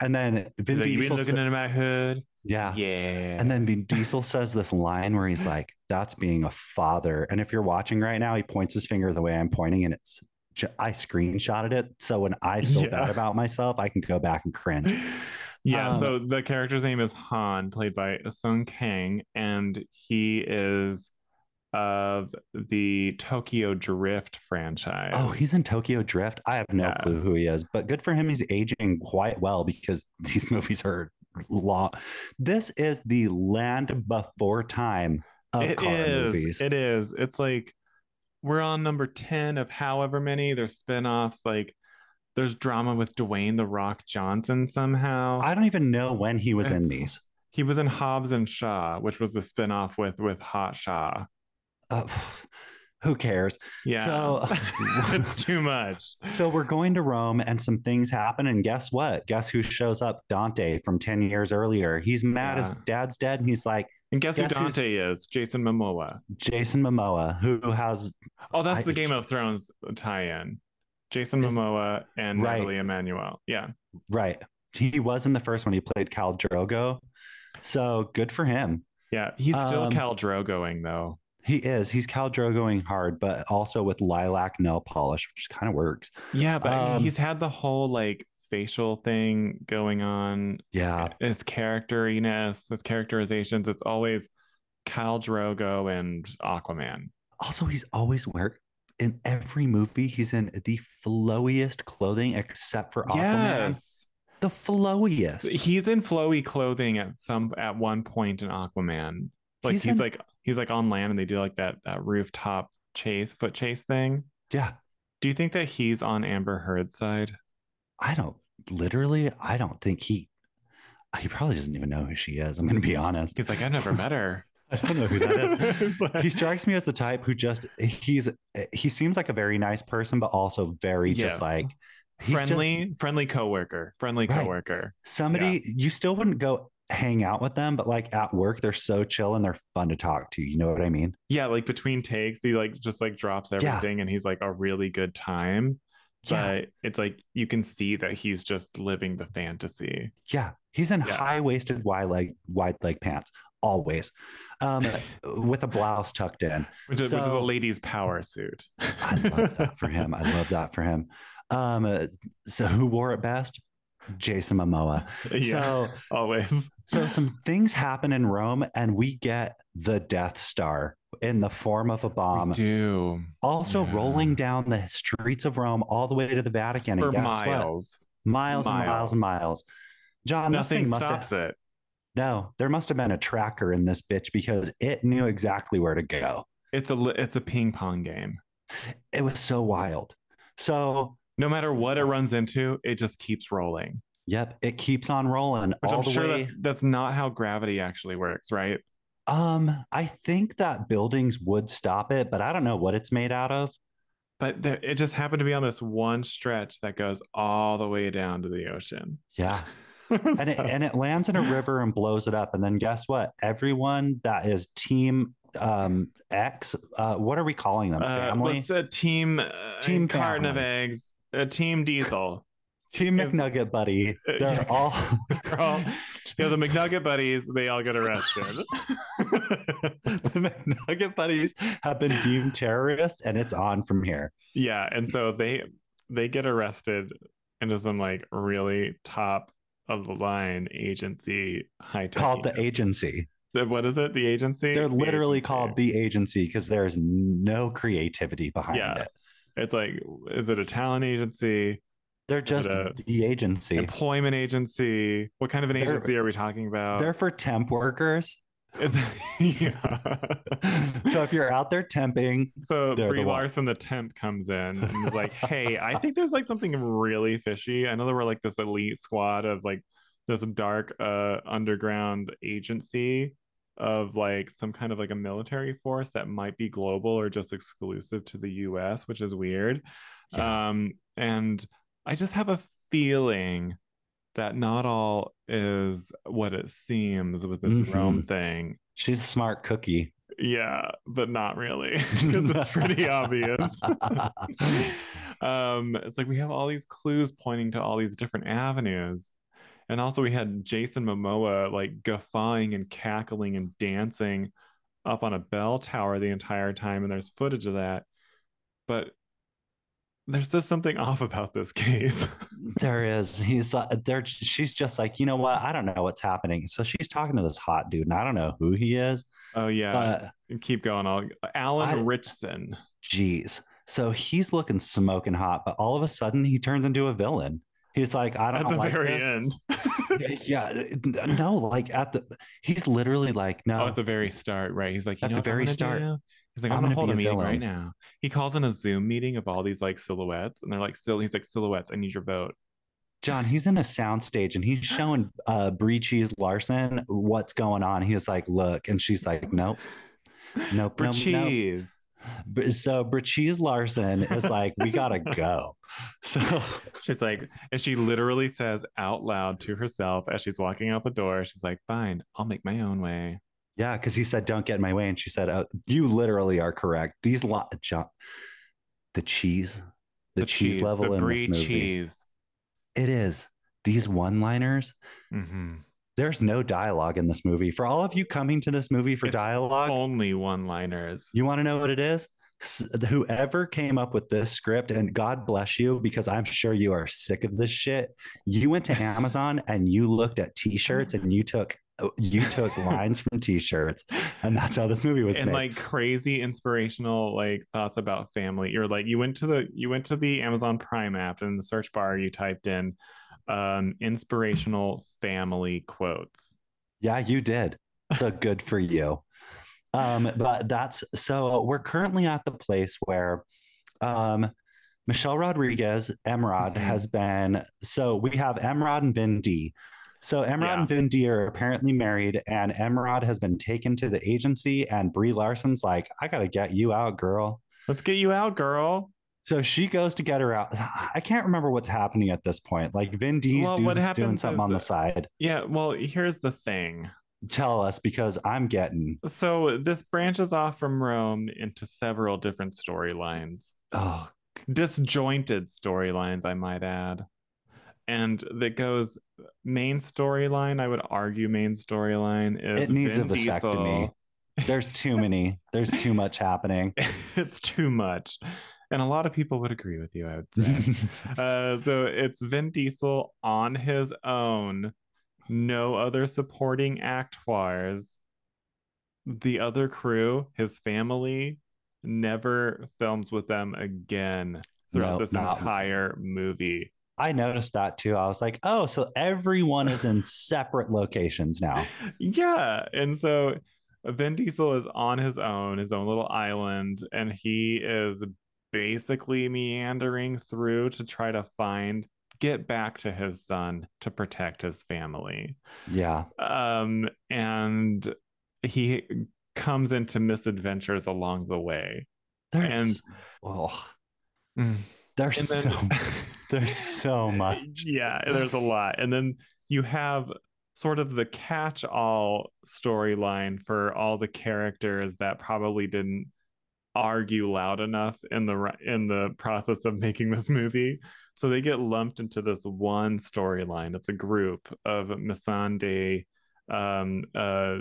And then Vin Like, you been Diesel, looking sa- into my hood. yeah. Yeah. And then Vin Diesel says this line where he's like, "That's being a father." And if you're watching right now, he points his finger the way I'm pointing, and it's j- I screenshotted it. So when I feel Yeah. bad about myself, I can go back and cringe. Yeah, Um, so the character's name is Han, played by Sung Kang, and he is of the Tokyo Drift franchise. Oh, he's in Tokyo Drift. I have no Yeah. clue who he is, but good for him. He's aging quite well because <laughs> these movies are long. This is the land before time of It car is, movies. It is. It's like we're on number 10 of however many. There's spin-offs, like there's drama with Dwayne the Rock Johnson somehow. I don't even know when he <laughs> was in these. he was in Hobbs and Shaw, which was the spin-off with with Hot Shaw. Uh, <sighs> who cares? Yeah. So- <laughs> it's too much. So we're going to Rome and some things happen. And guess what? Guess who shows up? Dante from 10 years earlier. He's mad his Yeah. dad's dead. And he's like, And guess, Guess who who's- Dante is? Jason Momoa. Jason Momoa, who has Oh, that's I- the Game of Thrones tie-in. Jason Is- Momoa and Right. Natalie Emmanuel. Yeah. Right. He was in the first one. He played Cal Drogo. So good for him. Yeah. He's still Um, Cal Drogoing though. He is. He's Cal Drogoing hard, but also with lilac nail polish, which kind of works. Yeah, but um, he's had the whole like facial thing going on. Yeah. His characteriness, his characterizations. It's always Cal Drogo and Aquaman. Also, he's always wear in every movie. He's in the flowiest clothing except for Aquaman. Yes. The flowiest. He's in flowy clothing at some at one point in Aquaman. Like he's, He's in- like he's like on land and they do like that that rooftop chase, foot chase thing. Yeah. Do you think that he's on Amber Heard's side? I don't literally. I don't think he. He probably doesn't even know who she is. I'm going to be honest. He's like, I've never met her. <laughs> I don't know who that is. <laughs> But- he strikes me as the type who just he's he seems like a very nice person but also very Yes. just like he's just friendly, friendly coworker, friendly Right. coworker. somebody you still wouldn't go hang out with them but like at work they're so chill and they're fun to talk to you know what i mean Yeah, like between takes, he like just like drops Yeah. everything, and he's like a really good time. yeah But it's like you can see that he's just living the fantasy. yeah he's in Yeah. high-waisted wide leg wide leg pants always <laughs> um with a blouse tucked in Which is, which is a So- lady's power suit. i love that for him i love that for him um uh, so who wore it best jason momoa <laughs> yeah, so always. <sighs> So some things happen in Rome, and we get the Death Star in the form of a bomb, do also yeah. rolling down the streets of Rome all the way to the Vatican. for and guess what? miles. Miles, and miles and miles. John, Um, this Nothing thing must stops have it. no. There must have been a tracker in this bitch because it knew exactly where to go. It's a li- it's a ping pong game. It was so wild. So, No matter what it runs into, it just keeps rolling. yep, it keeps on rolling Which all I'm the sure way. that, that's not how gravity actually works, right? Um, I think that buildings would stop it, but I don't know what it's made out of. But there, it just happened to be on this one stretch that goes all the way down to the ocean. Yeah. <laughs> and <laughs> it, and it <laughs> lands in a river and blows it up and then guess what everyone that is team um x uh what are we calling them family It's a team, uh, Team carton of family. eggs, a team diesel. <laughs> team is- mcnugget buddy <laughs> Uh, they're yeah. all <laughs> They're all- you know, the McNugget buddies, they all get <laughs> arrested. the mcnugget buddies have been deemed terrorists and it's on from here yeah, and so they they get arrested into some like really top of the line agency high tech called the agency what is it? The agency? they're The literally agency. called the agency because there's no creativity behind Yeah. it It's like, is it a talent agency, they're just a- the agency employment agency? What kind of an They're- agency are we talking about? they're for temp workers Is <laughs> yeah. so if you're out there temping So They're Brie the one. Larson, the temp, comes in and <laughs> is like, "Hey, I think there's like something really fishy. I know that we're like this elite squad of like this dark uh, underground agency of like some kind of like a military force that might be global or just exclusive to the U.S., which is weird. Um, and I just have a feeling that not all is what it seems with this Mm-hmm. Rome thing. she's a smart cookie Yeah, but not really <laughs> because it's pretty <laughs> obvious. um, it's like we have all these clues pointing to all these different avenues. And also we had Jason Momoa like guffawing and cackling and dancing up on a bell tower the entire time, and there's footage of that. But there's just something <laughs> off about this <laughs> case. There is. He's like, there. She's just like, you know what? I don't know what's happening. So she's talking to this hot dude, and I don't know who he is. oh yeah. But Keep going. I'll Alan I- Richson. geez, so he's looking smoking hot, but all of a sudden he turns into a villain. He's like, I At don't the like very this. end. <laughs> Yeah, n- no, like at the, he's literally like, no, Oh, at the very start, right? He's like, you At know the what I'm very gonna start. do? He's like, I'm I'm, gonna, gonna hold be a a meeting right villain." now. He calls in a Zoom meeting of all these like silhouettes, and they're like, still, he's like, silhouettes. I need your vote. John, he's in a soundstage and he's showing uh, Bree Cheese Larson what's going on. He's like, look, and she's like, nope, nope, For nope, nope. cheese. B- So Brachise Larson is like, we gotta go. <laughs> So She's like, and she literally says out loud to herself as she's walking out the door. She's like, fine, I'll make my own way. yeah, because he said, "Don't get in my way," and she said, oh, "You literally are correct." These lot, John, the cheese, the, cheese, level the in brie this movie, cheese. it is these one-liners. hmm There's no dialogue in this movie. For all of you coming to this movie for It's dialogue, Only one-liners. you want to know what it is. S- Whoever came up with this script, and God bless you, because I'm sure you are sick of this shit. You went to Amazon and you looked at T-shirts, and you took oh, you took lines from T-shirts, and that's how this movie was and made. like crazy inspirational like thoughts about family you're like you went to the you went to the amazon prime app and in the search bar you typed in um inspirational family quotes yeah, you did. So good for you. Um, but that's so we're currently at the place where um, Michelle Rodriguez, Mhm. Emrod, has been. So we have Emrod and Vin D. So Emrod and Vin D are apparently married, and Emrod has been taken to the agency, and Brie Larson's like, "I gotta get you out, girl." let's get you out girl So she goes to get her out. <sighs> I can't remember what's happening at this point. Like Vin D's Well, do- what doing happens something is- on the side. yeah well here's the thing Tell us because I'm getting. so this branches off from rome into several different storylines Oh, disjointed storylines, I might add. And that goes main storyline. I would argue main storyline is It needs Vin a vasectomy. there's too many. there's too much happening. <laughs> Diesel. it's too much, and a lot of people would agree with you. I would <laughs> say. uh, so it's Vin Diesel on his own, no other supporting actors. The other crew, his family, never films with them again throughout No, this not- entire movie. I noticed that too. I was like, oh, so everyone is in separate locations now. Yeah. And so Vin Diesel is on his own, his own little island, and he is basically meandering through to try to find get back to his son to protect his family. Yeah. Um and he comes into misadventures along the way. There's oh, Mm. there's And so <laughs> then- there's so much. Yeah, there's a lot. And then you have sort of the catch all storyline for all the characters that probably didn't argue loud enough in the ri- in the process of making this movie. So they get lumped into this one storyline. It's a group of Masande um uh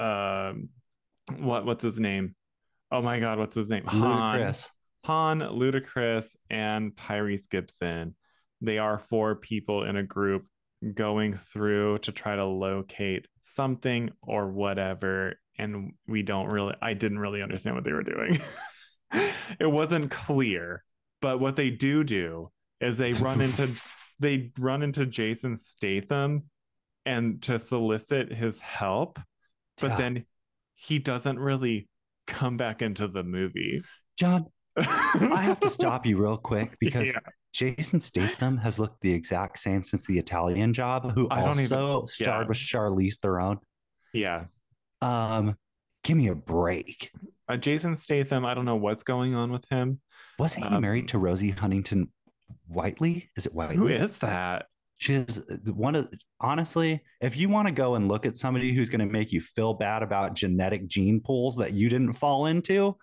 um what what's his name? Oh my god, what's his name? Han. Ludicrous. Han, Ludacris, and Tyrese Gibson. They are four people in a group going through to try to locate something or whatever. And we don't really, I didn't really understand what they were doing. <laughs> it wasn't clear. But what they do do is they run into they run into Jason Statham and to solicit his help, but Yeah. then he doesn't really come back into the movie. John, I <laughs> have to stop you real quick because Yeah. Jason Statham has looked the exact same since the Italian job, who I don't even- also starred yeah. with Charlize Theron. Yeah. Um, give me a break. Uh, Jason Statham, I don't know what's going on with him. Wasn't he Um, married to Rosie Huntington Whiteley? Is it Whiteley? Who is that? She is uh, one of honestly, if you want to go and look at somebody who's going to make you feel bad about genetic gene pools that you didn't fall into,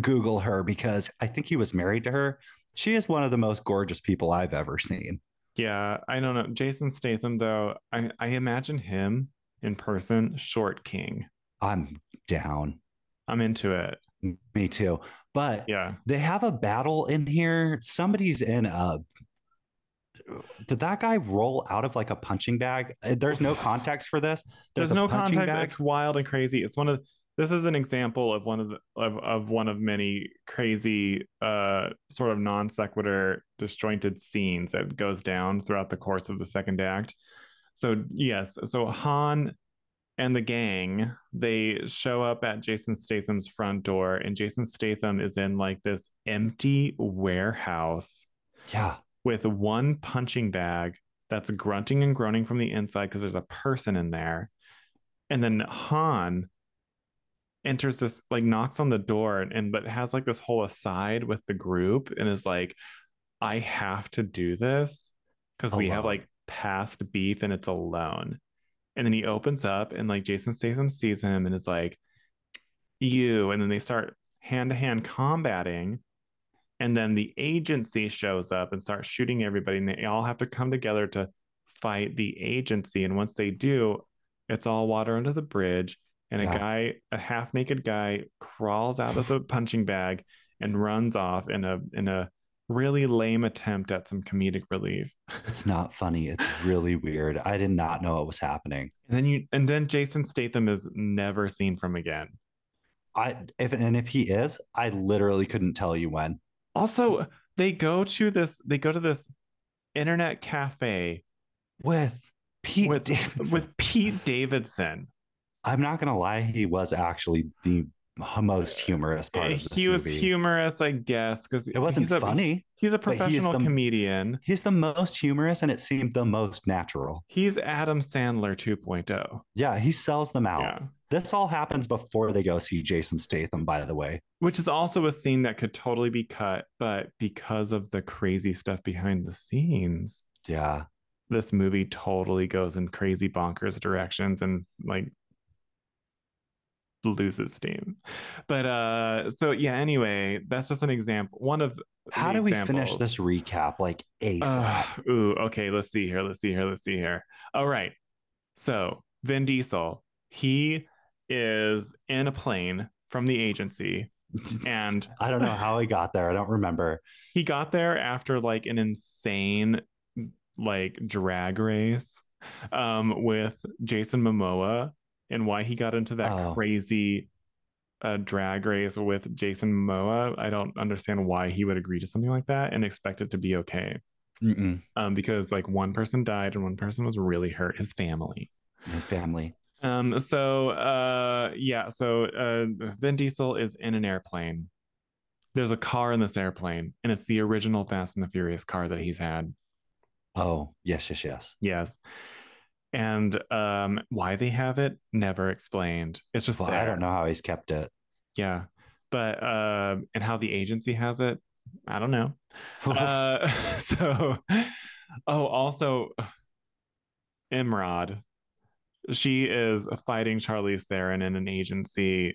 Google her because I think he was married to her. She is one of the most gorgeous people I've ever seen. Yeah, I don't know. Jason Statham, though, I, I imagine him in person, short king. I'm down. I'm into it. Me too. But Yeah. they have a battle in here. Somebody's in a. Did that guy roll out of like a punching bag? Uh, There's no context for this. There's, a no punching context. bag. It's wild and crazy. It's one of this is an example of one of the of, of one of many crazy uh sort of non sequitur disjointed scenes that goes down throughout the course of the second act. So yes, so Han and the gang they show up at Jason Statham's front door, and Jason Statham is in like this empty warehouse Yeah. with one punching bag that's grunting and groaning from the inside because there's a person in there. And then Han enters this, like knocks on the door and, but has like this whole aside with the group and is like, I have to do this because we have Alone. like past beef and it's alone. And then he opens up and like Jason Statham sees him and is like, you. And then they start hand to hand combating. And then the agency shows up and starts shooting everybody, and they all have to come together to fight the agency. And once they do, it's all water under the bridge. And a Yeah. guy, a half naked guy, crawls out of the punching bag and runs off in a in a really lame attempt at some comedic relief. It's not funny. It's really weird. I did not know what was happening. And then you and then Jason Statham is never seen from again. I if and if he is, I literally couldn't tell you when. Also, they go to this they go to this internet cafe With Pete With- Davidson. with Pete Davidson. I'm not gonna lie, he was actually the most humorous part of this Eh, he was movie. humorous, I guess, because It wasn't funny. He's a but he is professional the- comedian. He's the most humorous, and it seemed the most natural. He's Adam Sandler 2.0. Yeah, he sells them out. Yeah. This all happens before they go see Jason Statham, by the way. Which is also a scene that could totally be cut, but because of the crazy stuff behind the scenes, Yeah. this movie totally goes in crazy bonkers directions and like loses steam. But uh so yeah, anyway, that's just an example. One of How the do we finish examples. this recap? Like ASAP. Ugh, ooh, okay. Let's see here. Let's see here. Let's see here. All right. So Vin Diesel, he is in a plane from the agency, and I don't know how he got there. I don't remember. he got there after like an insane like drag race um, with Jason Momoa, and why he got into that Oh. crazy uh, drag race with Jason Momoa. I don't understand why he would agree to something like that and expect it to be okay Mm-mm. um, because like one person died and one person was really hurt, his family. His family. Um, so uh, yeah, so uh, Vin Diesel is in an airplane, there's a car in this airplane, and it's the original Fast and the Furious car that he's had. Oh, yes, yes, yes. Yes. And um, why they have it, never explained. It's just Well, there. I don't know how he's kept it. Yeah. But uh, and how the agency has it, I don't know. <laughs> uh, <laughs> so, oh, also, Imrod, she is fighting Charlize Theron in an agency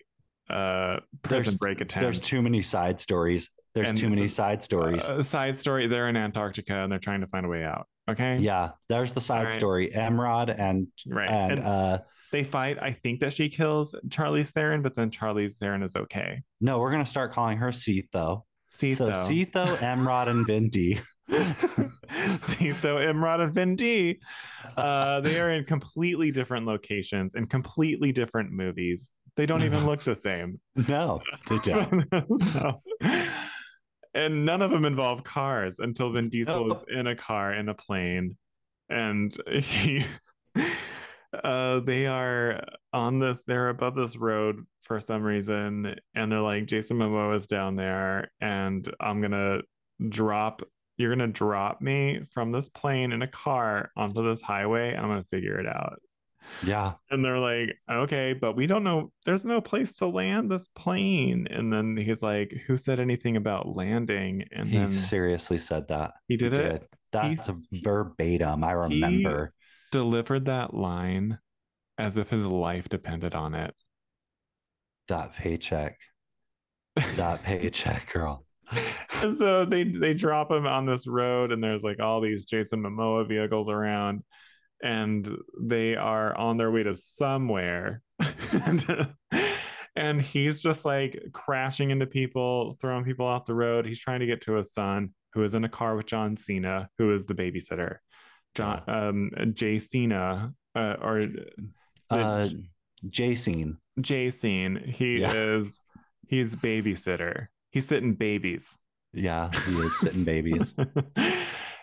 uh, prison There's- break attempt. There's too many side stories. There's And- too many side stories. Uh, side story. They're in Antarctica and they're trying to find a way out. Okay. yeah, there's the side Alright. story. Emrod and Right. and, And uh they fight. I think that she kills Charlize Theron, but then Charlize Theron is okay. no, we're gonna start calling her Seetho. though. Seetho. So Seetho, Emrod, and Vindy. Sitho, Imran, and Vendi. Uh, they are in completely different locations and completely different movies. They don't even look the same. <laughs> No, they <laughs> don't. So- and none of them involve cars until Vin Diesel No. is in a car in a plane, and he, uh, they are on this. They're above this road for some reason, and they're like, Jason Momoa is down there, and I'm gonna drop. You're gonna drop me from this plane in a car onto this highway. and I'm gonna figure it out. Yeah. And they're like, okay, but we don't know. There's no place to land this plane. And then he's like, who said anything about landing? And he then seriously said that. he did He it, That's a verbatim. I remember. delivered that line as if his life depended on it. That paycheck. That paycheck, girl. <laughs> And so they they drop him on this road, and there's like all these Jason Momoa vehicles around, and they are on their way to somewhere. <laughs> and, and he's just like crashing into people, throwing people off the road. He's trying to get to his son, who is in a car with John Cena, who is the babysitter. John um Jay Cena uh, or Uh Jacene. Jay Scene. He Yeah. is he's babysitter. He's sitting babies. Yeah, he is sitting babies. <laughs> uh,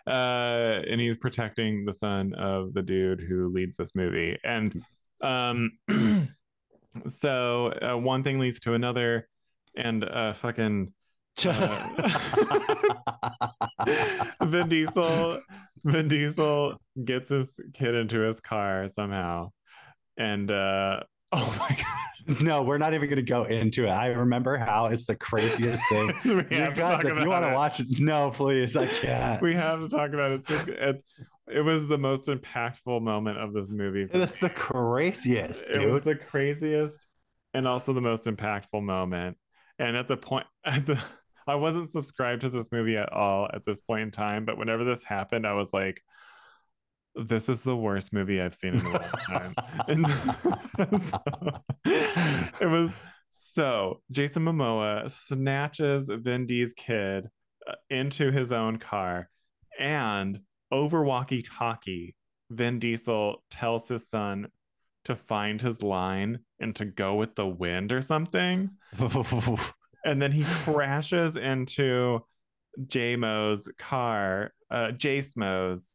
and he's protecting the son of the dude who leads this movie. And um, <clears throat> so uh, one thing leads to another, and uh, fucking <laughs> <laughs> Vin Diesel, Vin Diesel gets his kid into his car somehow, and uh, <laughs> oh my god. no, we're not even going to go into it. I remember how it's the craziest <laughs> thing. We you have to guys, talk if you about want it. to watch it, no, please, I <laughs> can't. we have to talk about it. It's- It, it was the most impactful moment of this movie. for That's me. the craziest, it was the dude. craziest and also the most impactful moment. And at the point, <laughs> at the, I wasn't subscribed to this movie at all at this point in time, but whenever this happened, I was like, this is the worst movie I've seen in a <laughs> long time. And <laughs> so, it was so Jason Momoa snatches Vindy's kid uh, into his own car, and over walkie talkie, Vin Diesel tells his son to find his line and to go with the wind or something. And then <laughs> he crashes into J Mo's car, uh, Jace Mo's,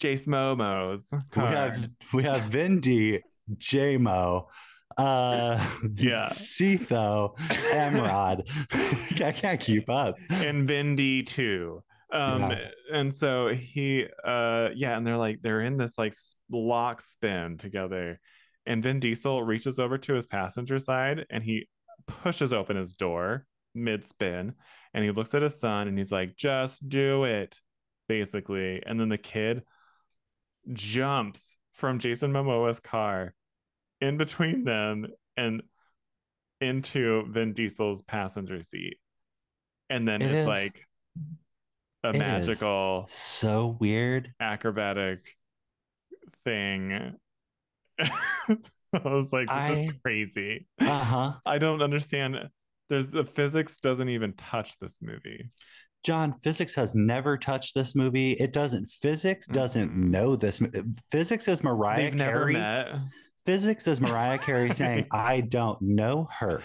Jace Momo's we car. <laughs> have we have Vindy, JMO, uh, Yeah. Setho, Emrod. <laughs> I can't keep up. and Vindy too. Um, Yeah. and so he, uh, yeah, and they're like they're in this like s- lock spin together, and Vin Diesel reaches over to his passenger side and he pushes open his door mid spin, and he looks at his son and he's like, "Just do it," basically. And then the kid jumps from Jason Momoa's car in between them and into Vin Diesel's passenger seat. And then It it's is. like a It is. magical So weird. acrobatic thing. <laughs> I was like, this is I- crazy. Uh huh. I don't understand. There's the physics doesn't even touch this movie. John, physics has never touched this movie. It doesn't. Physics doesn't Mm-mm. know this. mo- Physics is Mariah They've never Carey. met. Physics is <laughs> Mariah Carey saying, "I don't know her."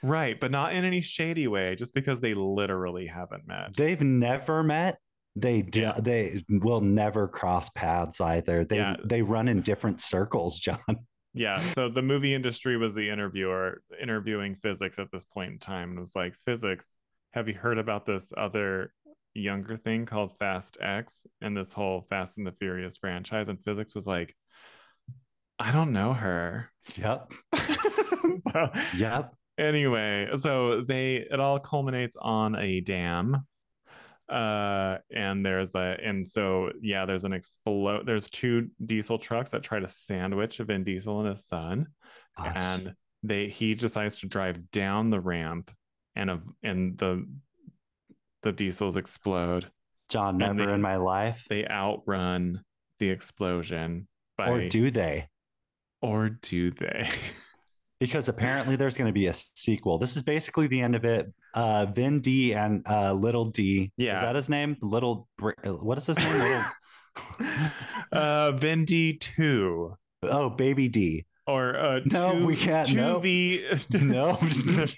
Right, but not in any shady way, just because they literally haven't met. They've never met. They do, Yeah. they will never cross paths either. They Yeah. they run in different circles, John. <laughs> Yeah, so the movie industry was the interviewer interviewing physics at this point in time and was like, physics have you heard about this other younger thing called Fast X and this whole Fast and the Furious franchise? And physics was like, I don't know her. <laughs> Yep. so Yep. anyway, so they it all culminates on a dam. Uh and there's a and so yeah, there's an explode there's two diesel trucks that try to sandwich Vin Diesel and his son Gosh. and they he decides to drive down the ramp and a, and the the diesels explode John, and never they- in my life. they outrun the explosion by or do they? or do <laughs> they <laughs> Because apparently there's going to be a sequel. This is basically the end of it. Uh, Vin D and uh, Little D. Yeah. Is that his name? Little. Br- What is his <laughs> name? Little. uh Vendi 2 oh, Baby D. or uh No, two, we can't. two <laughs> Nope. the <laughs> No.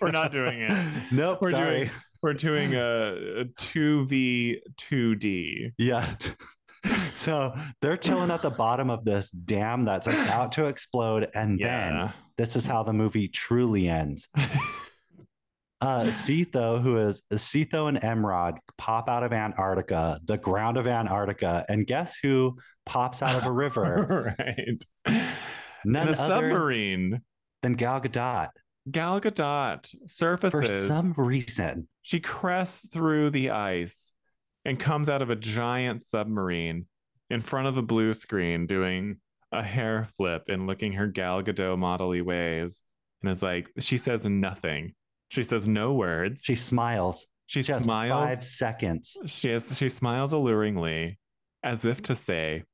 we're not doing it <laughs> Nope. We're doing- sorry. we're doing a, a 2v2d Yeah. <laughs> so they're chilling at the bottom of this dam that's about to explode. And then <laughs> yeah this is how the movie <laughs> truly ends. Uh, Setho, who is Setho and Emrod, pop out of Antarctica, the ground of Antarctica, and guess who pops out of a <laughs> river? right None the other submarine than Gal Gadot. Gal Gadot For surfaces. some reason, she crests through the ice and comes out of a giant submarine in front of a blue screen doing a hair flip and looking her Gal Gadot model ways. And is like, she says nothing. She says no words. She, she smiles. She has five smiles. seconds. She is, she smiles alluringly as if to say,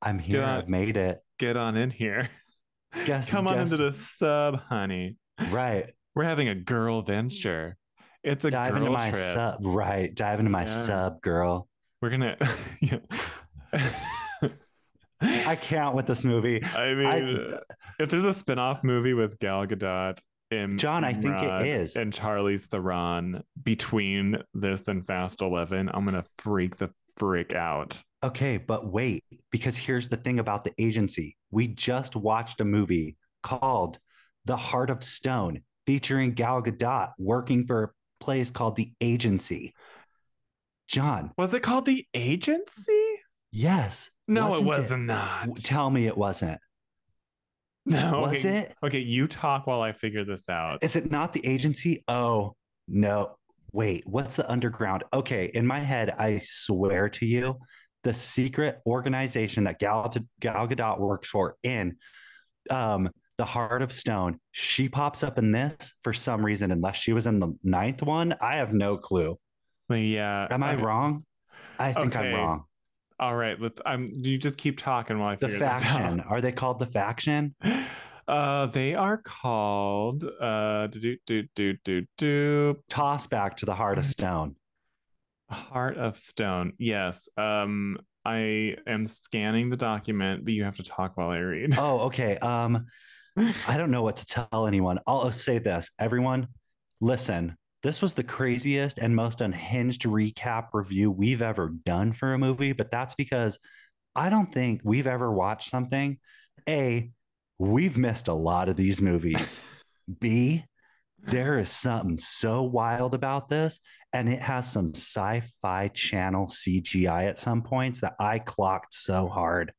I'm here. Yeah. I've made it. get on in here. Guess- Come on guess- into the sub, honey. Right. We're having a girl venture. It's a Dive girl into my trip. sub. Right. Dive into my Yeah. sub, girl. We're gonna. <laughs> yeah. I <laughs> I, can't with this movie. mean, I- if there's a spin-off movie with Gal Gadot and John, I think it Imran is. and Charlie's Theron between this and Fast Eleven, I'm gonna freak the freak out. Okay, but wait, because here's the thing about the agency. We just watched a movie called The Heart of Stone featuring Gal Gadot working for a place called The Agency. John, Was it called The Agency? yes. No, it was wasn't not. W- Tell me it wasn't. No, Was okay. it? Okay, you talk while I figure this out. Is it not The Agency? Oh, no. Wait, what's the underground? Okay, in my head, I swear to you, the secret organization that Gal, Gal Gadot works for in um, the Heart of Stone. She pops up in this for some reason, unless she was in the ninth one. I have no clue. yeah. Am I okay. wrong? I think Okay. I'm wrong. All right. Let's. I'm. You just keep talking while I The figure faction. this Are they called the faction? out. <laughs> Uh, they are called uh do do do do do Toss back to the <laughs> Heart of Stone. Heart of Stone. Yes. Um, I am scanning the document, but you have to talk while I read. Oh, okay. Um, I don't know what to tell anyone. I'll say this everyone, listen. This was the craziest and most unhinged recap review we've ever done for a movie, but that's because I don't think we've ever watched something. A, we've missed a lot of these movies. B, there is something so wild about this, and it has some sci fi channel CGI at some points that I clocked so hard.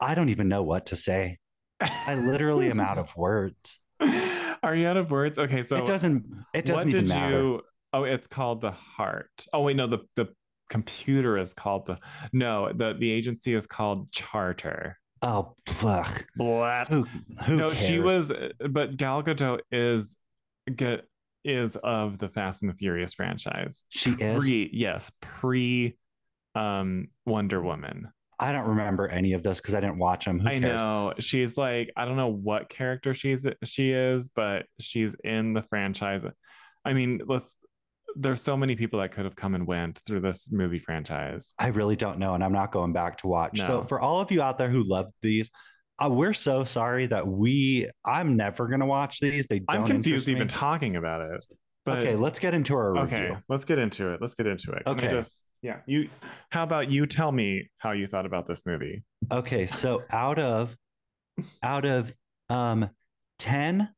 I don't even know what to say. I literally am out of words. <laughs> Are you out of words? Okay, so it doesn't. It doesn't what even did matter. you? Oh, it's called the Heart. Oh wait, no, the the computer is called the no the the agency is called Charter. Oh fuck! Blah. Who? Who no, cares? she was, but Gal Gadot is get is of the Fast and the Furious franchise. She is. Pre, yes, pre um Wonder Woman. I don't remember any of this because I didn't watch them. Who I cares? know she's like I don't know what character she's she is, but she's in the franchise. I mean, let's. There's so many people that could have come and went through this movie franchise. I really don't know, and I'm not going back to watch. So No. for all of you out there who love these, uh, we're so sorry that we. I'm never gonna watch these. They don't. I'm confused interest me. even talking about it. But okay, let's get into our review. okay, let's get into it. Let's get into it. Can I Okay. just- yeah. You. How about you tell me how you thought about this movie? Okay, so out of out of um 10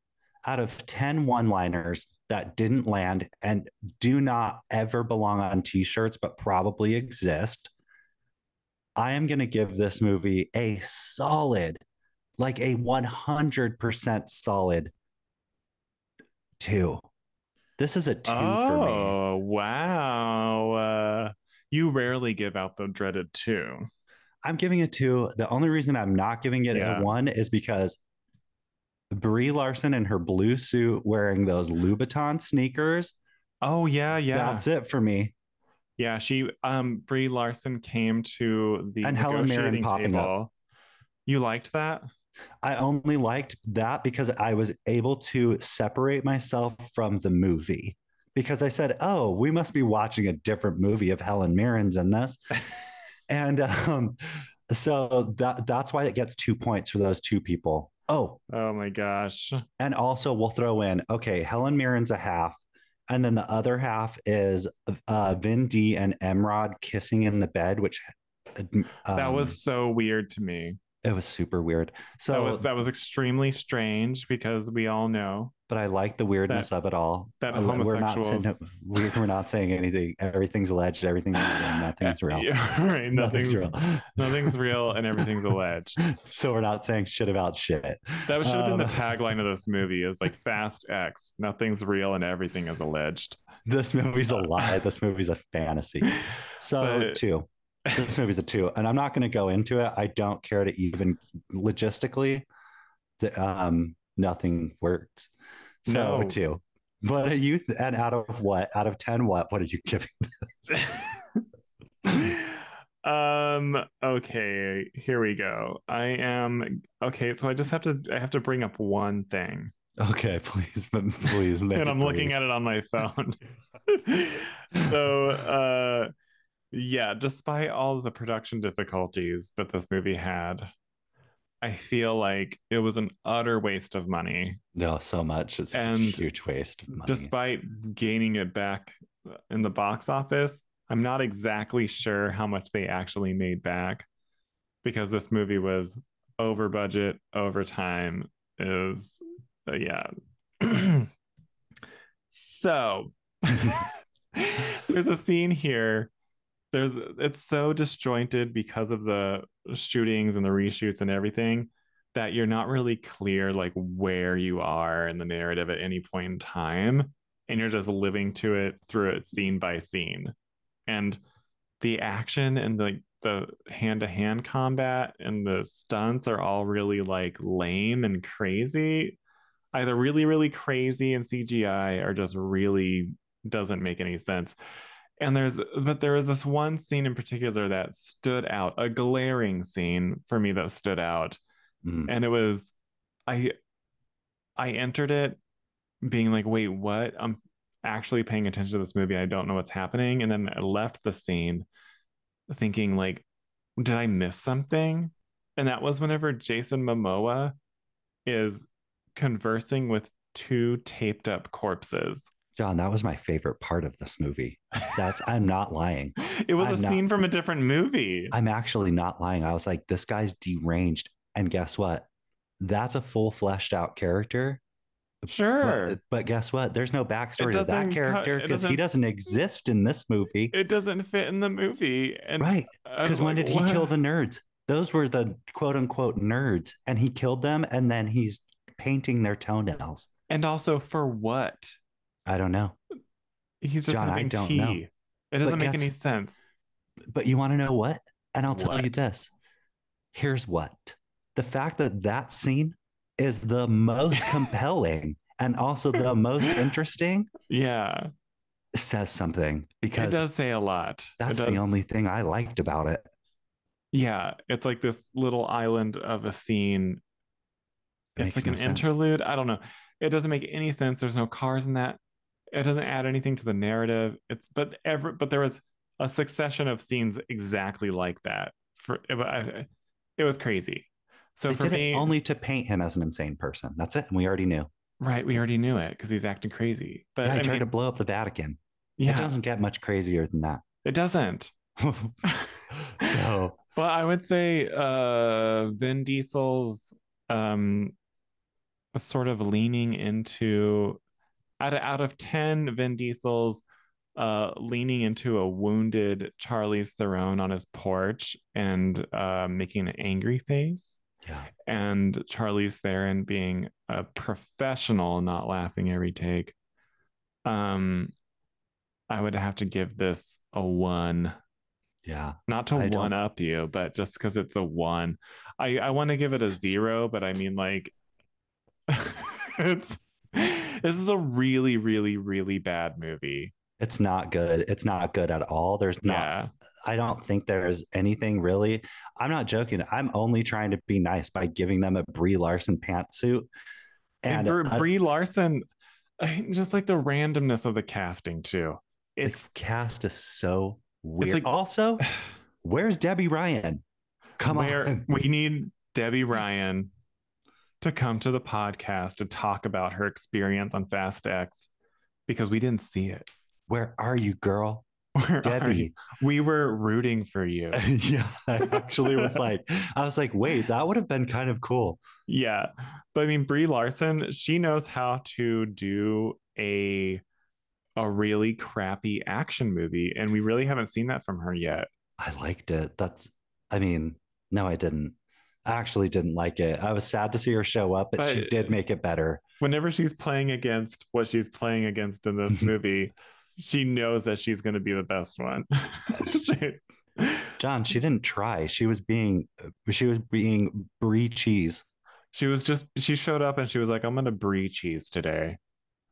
out of 10 one-liners that didn't land and do not ever belong on t shirts, but probably exist. I am going to give this movie a solid, like a 100% solid two. This is a two for me. Oh, wow. Uh, you rarely give out the dreaded two. I'm giving it two. The only reason I'm not giving it Yeah. a one is because Brie Larson in her blue suit wearing those Louboutin sneakers. Oh, yeah, yeah. That's it for me. Yeah, she um Brie Larson came to the And Helen Mirren negotiating popping up. table. You liked that? I only liked that because I was able to separate myself from the movie. Because I said, "Oh, we must be watching a different movie of Helen Mirren's <laughs> in this," and um, so that that's why it gets two points for those two people. Oh, Oh my gosh. and also we'll throw in okay, Helen Mirren's a half, and then the other half is uh, Vin D and Emrod kissing in the bed, which um, that was so weird to me. it was super weird. So that was that was extremely strange because we all know but I like the weirdness of it all. that Uh, we're not saying <laughs> homosexuals- we're, we're not saying anything. Everything's alleged. Everything's <laughs> real, nothing's real. Yeah, right. Nothing's, Nothing's real. <laughs> <laughs> nothing's real and everything's alleged. so we're not saying shit about shit. That should have been the Um, tagline of this movie is like Fast X. Nothing's real and everything is alleged. This movie's a lie. This movie's a <laughs> fantasy. So But- two. This movie's a two, and I'm not going to go into it. I don't care to even logistically. The, um, nothing works. So No. two. But are you and out of what? Out of ten, what? What did you give? <laughs> um okay here we go i am okay so i just have to i have to bring up one thing <laughs> Okay, please, but please. Make and i'm looking at it on my phone so uh yeah despite all the production difficulties that this movie had i feel like it was an utter waste of money No, so much. It's And such a huge waste of money. despite gaining it back in the box office i'm not exactly sure how much they actually made back because this movie was over budget over time is uh, yeah <clears throat> so <laughs> there's a scene here there's it's so disjointed because of the shootings and the reshoots and everything that you're not really clear like where you are in the narrative at any point in time and you're just living to it through it scene by scene and the action and the the hand-to-hand combat and the stunts are all really like lame and crazy either really really crazy and cgi or just really doesn't make any sense and there's but there was this one scene in particular that stood out a glaring scene for me that stood out Mm. and it was i i entered it being like wait what i'm actually paying attention to this movie i don't know what's happening and then i left the scene thinking like did i miss something and that was whenever jason momoa is conversing with two taped up corpses John, that was my favorite part of this movie. That's I'm not lying. it was I'm a not- scene from a different movie I'm actually not lying. I was like, this guy's deranged. And guess what? That's a full fleshed out character. sure But, but guess what? There's no backstory to doesn't that cut- character it because he doesn't- doesn't exist in this movie. it doesn't fit in the movie and right. I was Because when like, did he kill "What?" the nerds? Those were the quote unquote nerds. And he killed them and then he's painting their toenails. and also for what I don't know. He's just John, I having don't tea. know. It doesn't make that's- any sense. But you want to know what? And I'll tell you What? this. Here's what the fact that that scene is <laughs> the most compelling and also the most interesting Yeah, says something it because does say a lot. It that's does- the only thing I liked about it. Yeah, it's like this little island of a scene. It it's makes like no an sense. interlude. I don't know. It doesn't make any sense. There's no cars in that. It doesn't add anything to the narrative. It's but ever but there was a succession of scenes exactly like that. For it, wa- I- it was crazy. So They for did me, it only to paint him as an insane person. That's it. And we already knew. right, we already knew it because he's acting crazy. But Yeah, he I tried mean, to blow up the Vatican. yeah, It doesn't get much crazier than that. <laughs> it doesn't. so But I would say uh Vin Diesel's um sort of leaning into out of, out of 10 Vin Diesel's uh, leaning into a wounded Charlie's Theron on his porch and uh, making an angry face, Yeah. and Charlie's Theron being a professional, not laughing every take. Um, I would have to give this a one Yeah. not to I don't- one up you, but just because it's a one. I I want to give it a zero, but I mean like <laughs> it's this is a really really really bad movie. It's not good. It's not good at all. There's not Yeah, I don't think there's anything really. I'm not joking. I'm only trying to be nice by giving them a Brie Larson pantsuit. and, And uh, for a Brie Larson, just like the randomness of the casting too. It's it's cast is so weird. like- <sighs> also, where's Debbie Ryan? Come where on. we need Debbie Ryan to come to the podcast to talk about her experience on Fast X because we didn't see it. <laughs> Where are you, girl? Where are you? Debbie. we were rooting for you. <laughs> yeah. I actually was like, I was like, wait, that would have been kind of cool. Yeah. But I mean Brie Larson, she knows how to do a a really crappy action movie and we really haven't seen that from her yet. I liked it. That's I mean, no, I didn't. I actually didn't like it. I was sad to see her show up, but she But- did make it better. Whenever she's playing against what she's playing against in this movie, she knows that she's going to be the best one. <laughs> She- John, she didn't try. She was being she was being brie cheese. she was just she showed up and she was like I'm going to brie cheese today.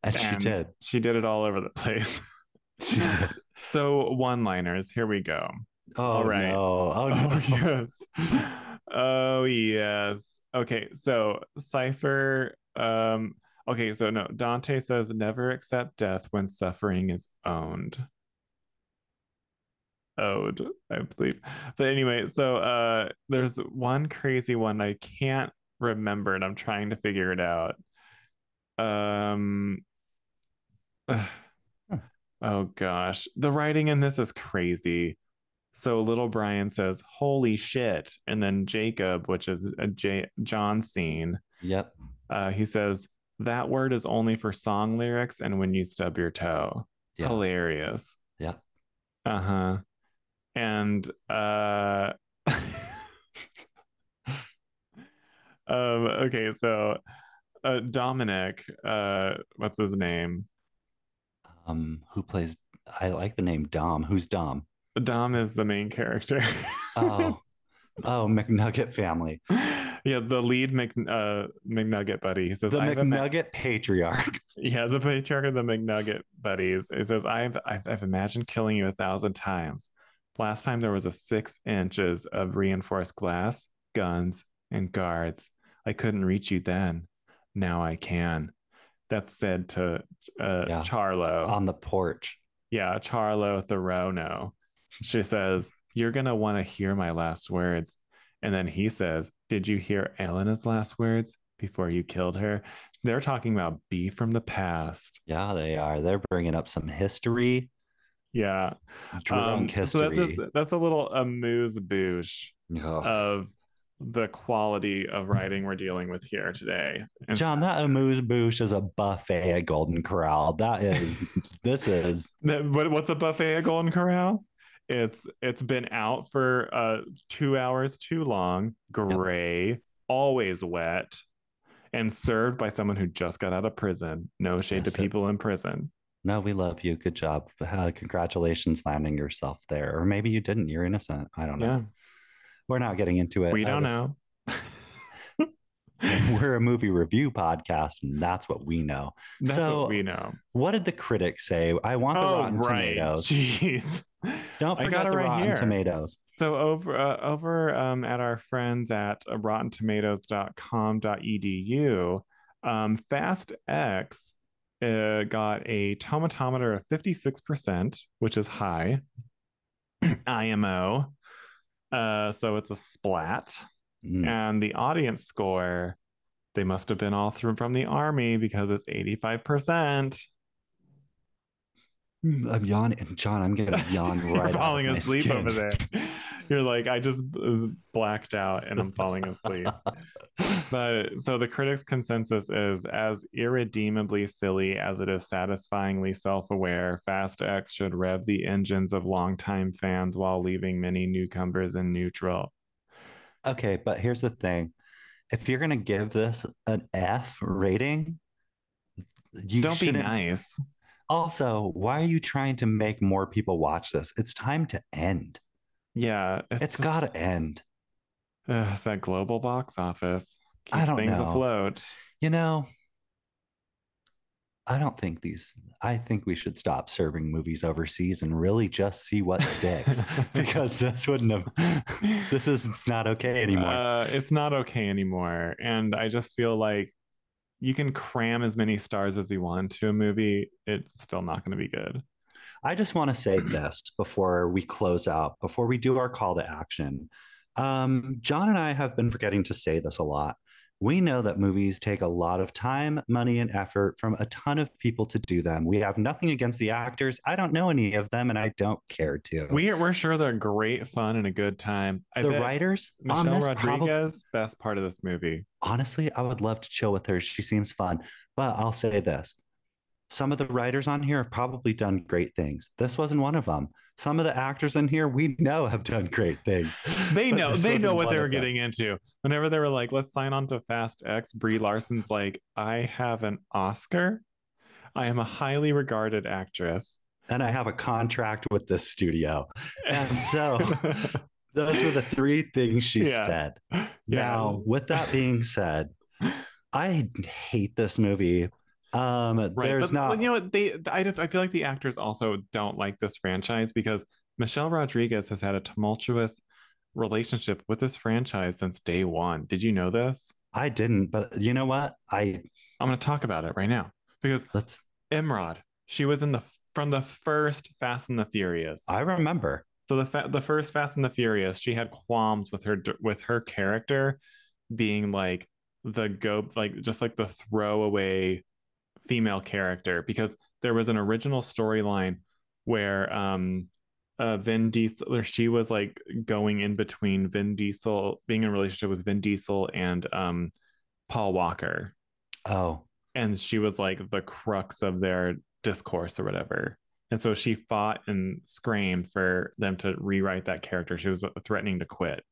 And she And did. She did it all over the <laughs> place. <laughs> She did. so one-liners, here we go. Oh All right. no. Oh no. <laughs> Oh yes. Oh yes. Okay, so Cypher um okay, so no, Dante says never accept death when suffering is owned. Owed, I believe. But anyway, so uh there's one crazy one I can't remember and I'm trying to figure it out. Um <sighs> Oh gosh, the writing in this is crazy. So little Brian says, "Holy shit!" And then Jacob, which is a J- John scene, Yep. uh, he says, "That word is only for song lyrics and when you stub your toe." Yeah. Hilarious. Yeah. Uh huh. And uh. <laughs> um. Okay. So, uh, Dominic. Uh, what's his name? Um, who plays I like the name Dom. Who's Dom? Dom is the main character. <laughs> Oh. oh, McNugget family. yeah, the lead Mc, uh, McNugget buddy. He says, The "I've a ma- McNugget patriarch. yeah, the patriarch of the McNugget buddies. It says, I've, I've, I've imagined killing you a thousand times. Last time there was a six inches of reinforced glass, guns, and guards. I couldn't reach you then. Now I can. That's said to uh, Yeah. Um, Charlo. on the porch. Yeah, Charlo Thorono. She says, You're going to want to hear my last words. And then he says, Did you hear Elena's last words before you killed her? They're talking about B from the past. Yeah, they are. They're bringing up some history, Yeah. Um, drunk so history. that's just that's a little amuse bouche Ugh. of the quality of writing we're dealing with here today. And John, that amuse bouche is a buffet at Golden Corral. That is, this is That- what, what's a buffet at Golden Corral? It's it's been out for uh two hours too long, gray, always wet, and served by someone who just got out of prison. No shade That's to it. people in prison. no, we love you. Good job. Uh, congratulations landing yourself there. Or maybe you didn't. You're innocent. I don't know. Yeah, We're not getting into it. we Uh, don't this- know. <laughs> We're a movie review podcast, and that's what we know. That's so- what we know. What did the critics say? I want the Oh Rotten right, <laughs> Tomatoes. jeez. Don't I forget got it the right Rotten here. Tomatoes. So over uh, over um, at our friends at rottentomatoes.com.edu, E um, Fast X uh, got a tomatometer of 56%, which is high. <clears throat> IMO. Uh, so it's a splat. Mm, And the audience score, they must have been all through from the army because it's 85%. Mm, I'm yawning. John, I'm gonna yawn You're <laughs> right. out of falling my asleep skin. over there. You're like, I just uh, blacked out and I'm falling asleep. but so the critics' consensus is as irredeemably silly as it is satisfyingly self aware, Fast X should rev the engines of longtime fans while leaving many newcomers in neutral. <laughs> Okay, but here's the thing. If you're gonna give this an F rating, you Don't be shouldn't- nice. Also, why are you trying to make more people watch this? It's time to end. Yeah. It's just- got to end. Ugh, it's that global box office. Keeps I don't things know. afloat. You know, I don't think these. I think we should stop serving movies overseas and really just see what sticks because this wouldn't have. <laughs> This is it's not okay anymore. Uh, it's not okay anymore. And I just feel like you can cram as many stars as you want to a movie, it's still not going to be good. I just want to say this before we close out, before we do our call to action. Um, John and I have been forgetting to say this a lot. We know that movies take a lot of time, money, and effort from a ton of people to do them. We have nothing against the actors. I don't know any of them, and I don't care to. We're, we're sure they're great fun and a good time. I the bet writers on Michelle this prob- Rodriguez, best part of this <laughs> movie. honestly, I would love to chill with her. She seems fun. But I'll say this some of the writers on here have probably done great things. This wasn't one of them. Some of the actors in here we know have done great things. They But know this they know wasn't what one they were of them. getting into. Whenever they were like, "Let's sign on to Fast X," Brie Larson's like, "I have an Oscar. I am a highly regarded actress." And I have a contract with this studio. And <laughs> <laughs> so those were the three things she Yeah. said. yeah. Now, with that being said, I hate this movie. Um, Right. but, there's not. You know what? They, I, I feel like the actors also don't like this franchise because Michelle Rodriguez has had a tumultuous relationship with this franchise since day one. Did you know this? I didn't, but you know what? I I'm going to talk about it right now because let's. Imrod, she was in the from the first Fast and the Furious. I remember. So the fa- the first Fast and the Furious, she had qualms with her with her character being like the go like just like the throwaway female character because there was an original storyline where um uh Vin Diesel or she was like going in between Vin Diesel being in a relationship with Vin Diesel and um Paul Walker Oh, and she was like the crux of their discourse or whatever. And so she fought and screamed for them to rewrite that character. She was uh, threatening to quit.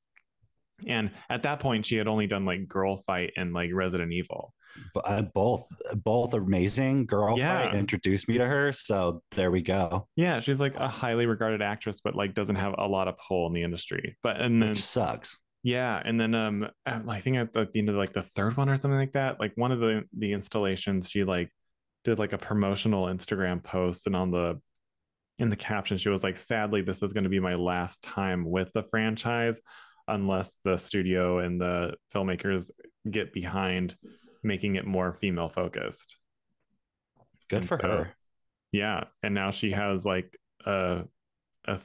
And at that point, she had only done like Girl Fight and like Resident Evil. B- uh, both both amazing girl Yeah. fight introduced me to her so there we go Yeah, she's like a highly regarded actress, but like doesn't have a lot of pull in the industry. But and then which sucks Yeah, and then um, at- I think at the end of like the third one or something like that, like one of the the installations, she like did like a promotional Instagram post, and on the in the caption, she was like, "Sadly, this is going to be my last time with the franchise, unless the studio and the filmmakers get behind making it more female focused." good And for so- her Yeah, and now she has like a a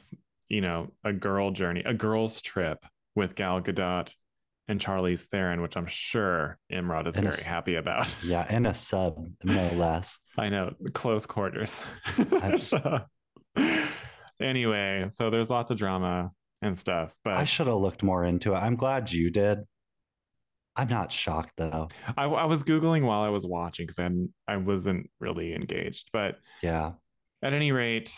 you know a girl journey, a girl's trip with Gal Gadot and Charlize Theron, which I'm sure Imrod is And very it's- happy about. <laughs> yeah and a sub no less I know close quarters. <laughs> I- So- anyway, so there's lots of drama and stuff, but i should have looked more into it i'm glad you did i'm not shocked though I, I was googling while I was watching because I hadn't- I wasn't really engaged, but yeah at any rate,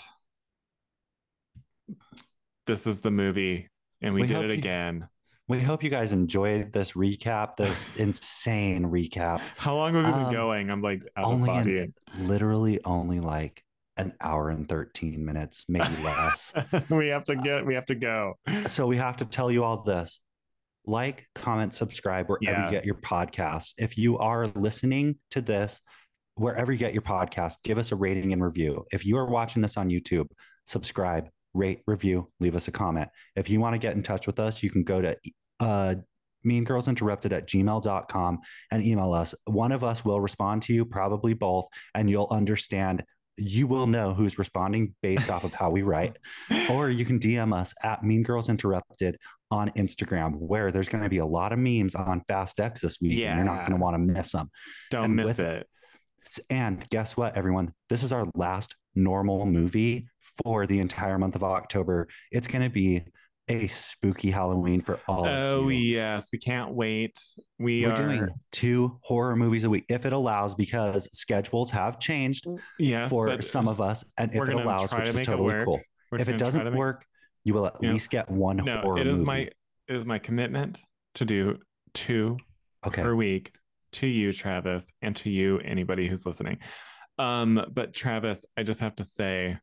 this is the movie, and we, We did hope it you- again. we hope you guys enjoyed this recap this insane recap How long have we been Um, going? I'm like out of only body. in, literally only like an hour and 13 minutes maybe less <laughs> we have to get. We have to go. <laughs> so we have to tell you all this like comment subscribe wherever Yeah. you get your podcasts if you are listening to this wherever you get your podcast give us a rating and review if you are watching this on youtube subscribe rate review leave us a comment if you want to get in touch with us you can go to uh, mean girls interrupted at gmail.com and email us one of us will respond to you probably both and you'll understand you will know who's responding based off of how we write <laughs> or you can DM us at Mean Girls Interrupted on Instagram, where there's going to be a lot of memes on Fast X this week, and you're Yeah. not going to want to miss them. Don't and miss with- it. S- And guess what, everyone? This is our last normal movie for the entire month of October. It's going to be a spooky Halloween for all. Oh of you. yes, we can't wait. We We're are doing two horror movies a week if it allows, because schedules have changed yes, for but some of us, and if we're it gonna allows, try which to is make it totally work. cool. we're If gonna it try doesn't to make- work, you will at Yeah. least get one no, horror it is movie. my it is my commitment to do two okay. per week to you, Travis, and to you, anybody who's listening. Um, but Travis, I just have to say,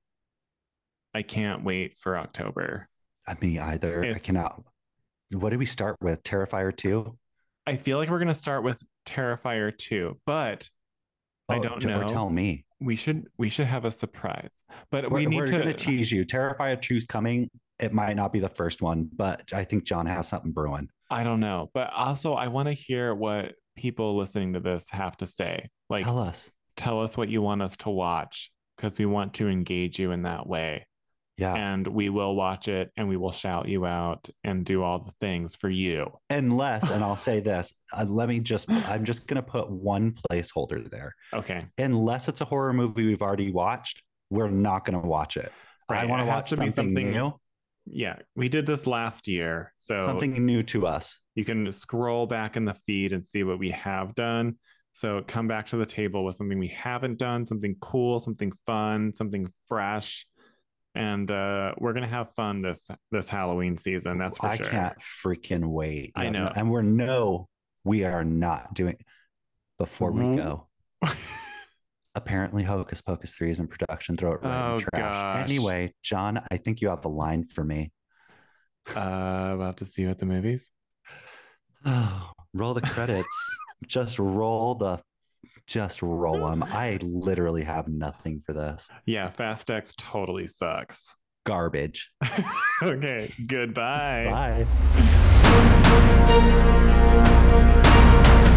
I can't wait for October. I mean, either I It's- cannot. What did we start with? Terrifier two. I feel like we're gonna start with Terrifier 2, but I don't t- know. Oh, Or tell me. we should we should have a surprise. But We're, we need we're to gonna tease you. Terrifier two's coming. It might not be the first one, but I think John has something brewing. I don't know. But also I want to hear what people listening to this have to say. Like tell us. tell us what you want us to watch because we want to engage you in that way. Yeah. And we will watch it and we will shout you out and do all the things for you. Unless, <laughs> and I'll say this. Uh, let me just. I'm just gonna put one placeholder there. Okay. Unless it's a horror movie we've already watched, we're not gonna watch it. I Right, want it to has watch to be something, something- new, Yeah. We did this last year. So something new to us. you can scroll back in the feed and see what we have done. So come back to the table with something we haven't done, something cool, something fun, something fresh. And uh, we're gonna have fun this this Halloween season. That's for I sure. can't freaking wait. I No, no, know. And we're no, we are not doing before we Mhm. <laughs> go. Apparently Hocus Pocus 3 is in production. Throw it right Oh, in the trash. gosh. Anyway, John, I think you have a line <sighs> for me. uh, we'll have to see you at the movies. roll the credits. <laughs> just roll the just roll them. I literally have nothing for this. Yeah, Fast X totally sucks. <laughs> Garbage. okay, goodbye. Bye.